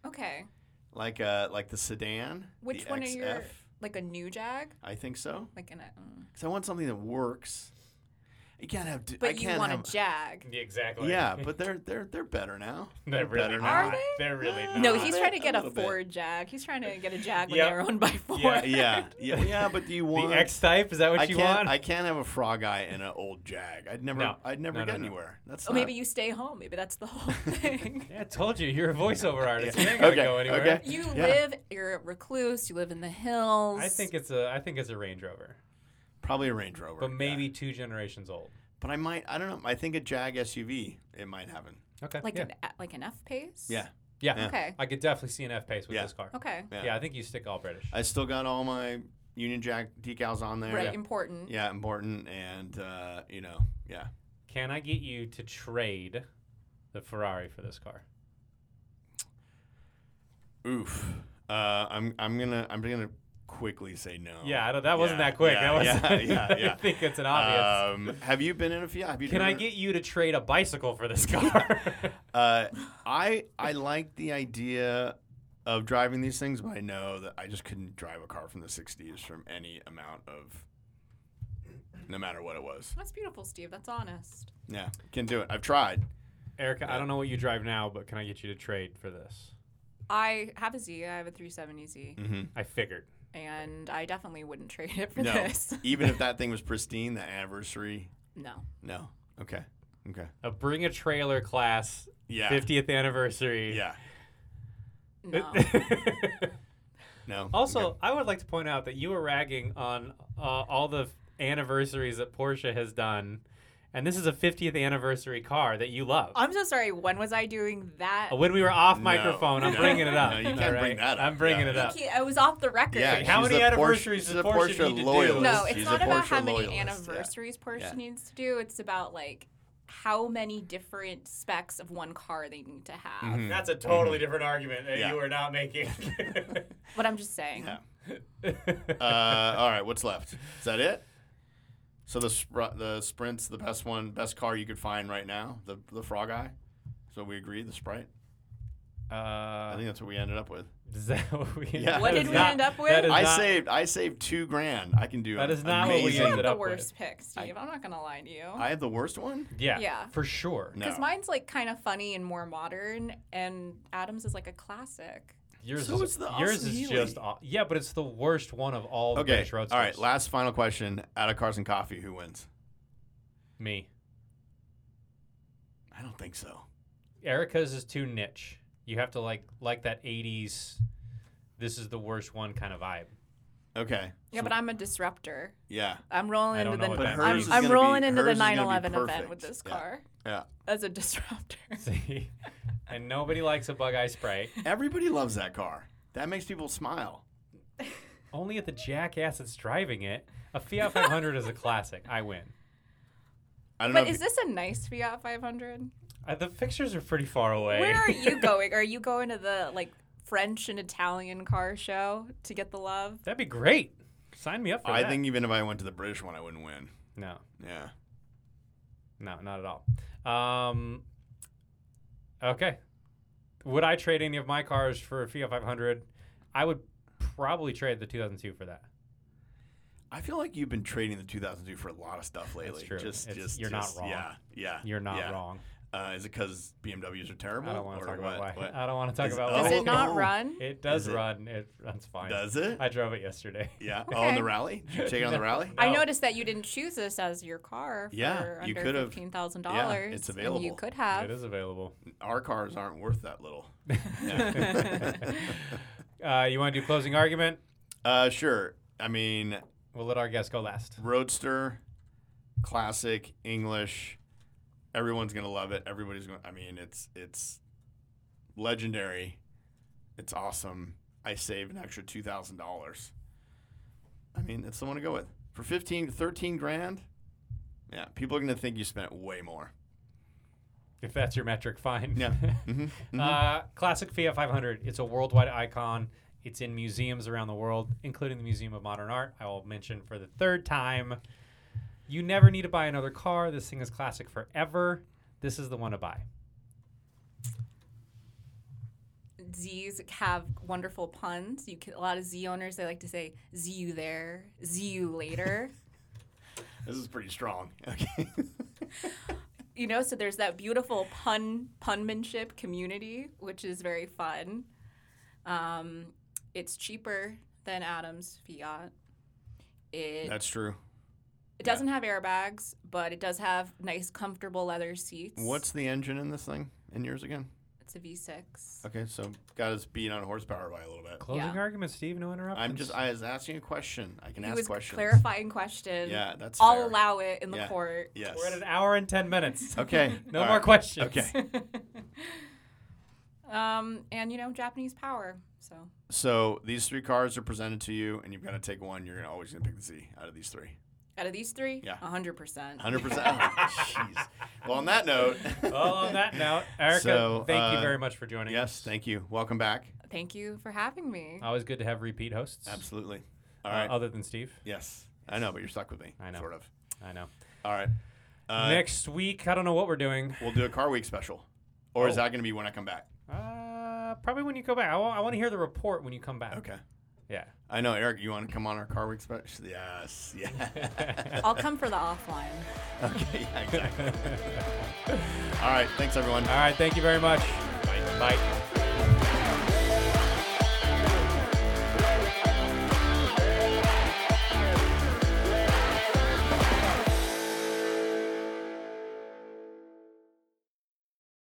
S3: Okay.
S1: like a like the sedan.
S3: Which
S1: the
S3: one are
S1: XF,
S3: your- Like a new Jag?
S1: I think so.
S3: Like in a. mm.
S1: Because I want something that works. You can't have. d- I
S3: But you
S1: can't
S3: want
S1: have,
S3: a Jag.
S2: Yeah, exactly.
S1: Yeah, but they're they're they're better now.
S2: they're really
S1: better
S2: not.
S1: now.
S3: Are they?
S2: They're really not.
S3: No,
S1: Uh,
S3: he's
S1: a
S3: trying to
S1: bit,
S3: get
S1: a
S3: a,
S1: little bit.
S3: Ford Jag. He's trying to get a Jag when
S2: Yep.
S3: they're owned by Ford.
S1: yeah, yeah, yeah. But do you want
S2: The X type is that what
S1: I
S2: you
S1: can't.
S2: want?
S1: I can't have a frog eye and an old jag. I'd never.
S2: No.
S1: I'd never
S2: No, no,
S1: get
S2: no.
S1: anywhere. That's
S3: Or
S1: not,
S3: Oh, maybe you stay home. Maybe that's the whole thing.
S2: yeah, I told you you're a voiceover artist.
S1: Yeah.
S2: You ain't gonna
S1: Okay,
S2: go anywhere.
S1: okay.
S3: You
S1: Yeah.
S3: live, you're a recluse, you live in the hills.
S2: I think it's a I think it's a Range Rover,
S1: probably a Range Rover.
S2: but
S1: yeah.
S2: maybe two generations old.
S1: But I might. I don't know. I think a Jag SUV. It might happen.
S2: Okay.
S3: like
S2: yeah.
S3: an a- like an F pace.
S1: Yeah.
S2: yeah.
S1: yeah.
S3: Okay.
S2: I could definitely see an F pace with
S1: Yeah.
S2: this car.
S3: Okay.
S1: Yeah.
S2: Yeah. I think you stick all British.
S1: I still got all my Union Jack decals on there.
S3: Right. Important.
S1: Yeah, important and uh, you know, yeah.
S2: Can I get you to trade the Ferrari for this car?
S1: Oof. Uh, I'm I'm gonna I'm gonna quickly say no.
S2: Yeah, I don't, that wasn't
S1: Oh, Yeah,
S2: that quick.
S1: yeah,
S2: that wasn't.
S1: yeah, yeah, yeah.
S2: I think it's an obvious.
S1: Um, have you been in a Fiat? Have you
S2: Can I
S1: driven-
S2: get you to trade a bicycle for this car?
S1: Uh, I I like the idea of driving these things, but I know that I just couldn't drive a car from the '60s from any amount of, no matter what it was.
S3: That's beautiful, Steve. That's honest.
S1: Yeah, can do it. I've tried.
S2: Erica, I don't know what you drive now, but can I get you to trade for this?
S3: I have a Z. I have a 370Z,
S1: Mm-hmm.
S2: I figured.
S3: and I definitely wouldn't trade it for
S1: No,
S3: this.
S1: even if that thing was pristine, the anniversary.
S3: No.
S1: No. Okay. Okay.
S2: A Uh, bring a trailer class
S1: Yeah.
S2: 50th anniversary.
S1: Yeah.
S3: No.
S1: No.
S2: also,
S1: Okay.
S2: I would like to point out that you were ragging on uh, all the anniversaries that Porsche has done, and this is a 50th anniversary car that you love. Uh,
S3: I'm so sorry. When was I doing that?
S2: when we were off
S1: No,
S2: microphone, I'm
S1: no,
S2: bringing it up.
S1: no, you can't
S2: all
S1: bring that up.
S2: I'm bringing
S1: Yeah.
S2: it up.
S3: He- I was off the record.
S1: Yeah,
S2: How
S1: she's
S2: many
S1: a Porsche-
S2: anniversaries
S1: she's
S2: does
S1: a
S2: Porsche
S1: Porsche
S2: need to do?
S1: loyalist.
S3: No, it's
S1: She's
S3: not
S1: a
S3: about
S1: Porsche
S3: how many
S1: loyalist, yeah.
S3: anniversaries Porsche
S1: Yeah.
S3: needs to do. It's about like how many different specs of one car they need to have.
S1: Mhm.
S2: That's a totally different argument that
S1: Yeah.
S2: you are not making.
S3: But I'm just saying.
S1: Yeah. Uh, all right. What's left? Is that it? So the spr- the sprint's the best one, best car you could find right now. The the frog eye. So we agreed. The sprite. I
S2: uh,
S1: think that's what we ended up with.
S2: is that what we?
S1: Yeah. What
S2: that
S1: did
S2: is
S1: we
S2: not-
S3: end up with?
S2: That is
S1: I
S2: not,
S1: saved I saved two grand. I can do
S2: That
S1: an
S2: is not what we
S3: You
S1: amazing-
S3: have
S2: ended
S3: the
S2: up with.
S3: worst pick, Steve. I, am not gonna lie to you.
S1: I have the worst one.
S2: Yeah,
S3: Yeah.
S2: for sure.
S1: No.
S3: Because mine's like kind of funny and more modern, and Adams is like a classic.
S2: Yours
S1: So
S2: is
S1: it's the
S2: yours
S1: Austin
S2: is
S1: Healey.
S2: just aw- yeah, but it's the worst one of all the
S1: Okay.
S2: British
S1: All
S2: roadsters.
S1: right. Last final question. Out of cars and coffee, who wins?
S2: me.
S1: I don't think so.
S2: Erica's is too niche. You have to like like that '80s. This is the worst one kind of vibe.
S1: Okay.
S3: Yeah, but I'm a disruptor.
S1: Yeah.
S3: I'm rolling
S2: I don't
S3: into the
S2: know what
S1: But
S2: that
S1: hers
S3: I'm,
S1: is
S2: means.
S3: I'm
S1: gonna
S3: rolling
S1: be-
S3: into the
S1: hers is gonna be
S3: 9/11 event
S1: perfect.
S3: with this
S1: Yeah.
S3: car
S1: Yeah.
S3: as a disruptor.
S2: See, and nobody likes a bug eye sprite.
S1: Everybody loves that car. That makes people smile.
S2: Only at the jackass that's driving it. A Fiat 500 is a classic. I win.
S1: I don't
S3: But
S1: know. if
S3: is this a nice Fiat 500?
S2: Uh, the pictures are pretty far away.
S3: Where are you going? Are you going to the like French and Italian car show to get the love?
S2: That'd be great. Sign me up for
S1: I
S2: that.
S1: think even if I went to the British one, I wouldn't win.
S2: no,
S1: Yeah.
S2: no, not at all. Um, okay. Would I trade any of my cars for a Fiat 500? I would probably trade the 2002 for that.
S1: I feel like you've been trading the 2002 for a lot of stuff lately.
S2: true.
S1: Just,
S2: It's-
S1: just,
S2: you're not
S1: just-
S2: wrong.
S1: Yeah, yeah.
S2: You're not
S1: yeah.
S2: wrong.
S1: Uh, is it because BMWs are terrible?
S2: I don't want to
S1: or
S2: talk
S1: what?
S2: about why.
S1: What?
S2: I don't want to talk
S1: Is-
S2: about
S1: Oh,
S3: Does
S2: why.
S3: it not
S1: oh.
S3: run?
S2: It does
S1: Is it-
S2: run. It runs fine.
S1: Does it?
S2: I drove it yesterday.
S1: yeah. Oh, on
S3: Okay.
S1: the rally? Did you take it on the rally?
S3: I
S2: No.
S3: noticed that you didn't choose this as your car for
S1: Yeah, you
S3: under
S1: could've.
S3: fifteen thousand
S1: Yeah,
S3: dollars.
S1: it's
S3: And you
S1: available.
S3: could
S2: It
S3: have.
S2: is available.
S1: Our cars aren't worth that little.
S2: Uh, you want to do closing argument?
S1: Uh, sure. I mean,
S2: We'll let our guest go last.
S1: Roadster, classic English. Everyone's gonna love it. Everybody's going. to I mean, it's it's legendary. It's awesome. I saved an extra two thousand dollars. I mean, it's the one to go with for 15, 13 grand. Yeah, people are gonna think you spent way more.
S2: If that's your metric, fine.
S1: Yeah. Mhm, mhm.
S2: Uh, classic Fiat 500. It's a worldwide icon. It's in museums around the world, including the Museum of Modern Art. I will mention for the third time You never need to buy another car. This thing is classic forever. This is the one to buy.
S3: Z's have wonderful puns. You can, a lot of Z owners they like to say Z you there, Z you later.
S1: This is pretty strong. Okay.
S3: you know, so there's that beautiful pun punmanship community, which is very fun. Um, it's cheaper than Adam's Fiat. It
S1: That's true.
S3: it doesn't have airbags, but it does have nice, comfortable leather seats.
S1: What's the engine in this thing? In yours again?
S3: it's a V6?
S1: Okay, so got us beat on horsepower by a little bit.
S2: Closing
S3: Yeah.
S2: argument, Steve. No interruptions.
S1: I'm just I was asking a question. I can
S3: He
S1: ask
S3: was
S1: questions.
S3: clarifying question.
S1: Yeah, that's
S3: I'll
S1: fair.
S3: allow it in the
S1: Yeah.
S3: court.
S1: Yes.
S2: We're at an hour and ten minutes.
S1: okay.
S2: No
S1: all
S2: more
S1: right.
S2: questions.
S1: Okay.
S3: Um, and you know, Japanese power. So
S1: So these three cars are presented to you, and you've got to take one. You're gonna, always going to pick the Z out of these three.
S3: out of these three,
S1: Yeah.
S3: hundred percent.
S1: 100%. Oh, Jeez. Well, on that note.
S2: Well, on that note, Erica,
S1: So,
S2: thank you
S1: uh,
S2: very much for joining
S1: Yes,
S2: us.
S1: thank you. Welcome back.
S3: Thank you for having me.
S2: Always good to have repeat hosts.
S1: Absolutely. All
S2: uh,
S1: right.
S2: other than Steve,
S1: yes. I know, but you're stuck with me.
S2: I know.
S1: Sort of.
S2: I know.
S1: All right. Uh,
S2: Next week, I don't know what we're doing.
S1: We'll do a car week special. Or is
S2: Oh.
S1: that going to be when I come back?
S2: Uh, probably when you come back. I want to hear the report when you come back.
S1: Okay.
S2: Yeah.
S1: I know, Eric, you want to come on our car week special? Yes. Yeah.
S3: I'll come for the offline.
S1: okay. Yeah, exactly. All right. Thanks, everyone.
S2: All right. Thank you very much. Bye.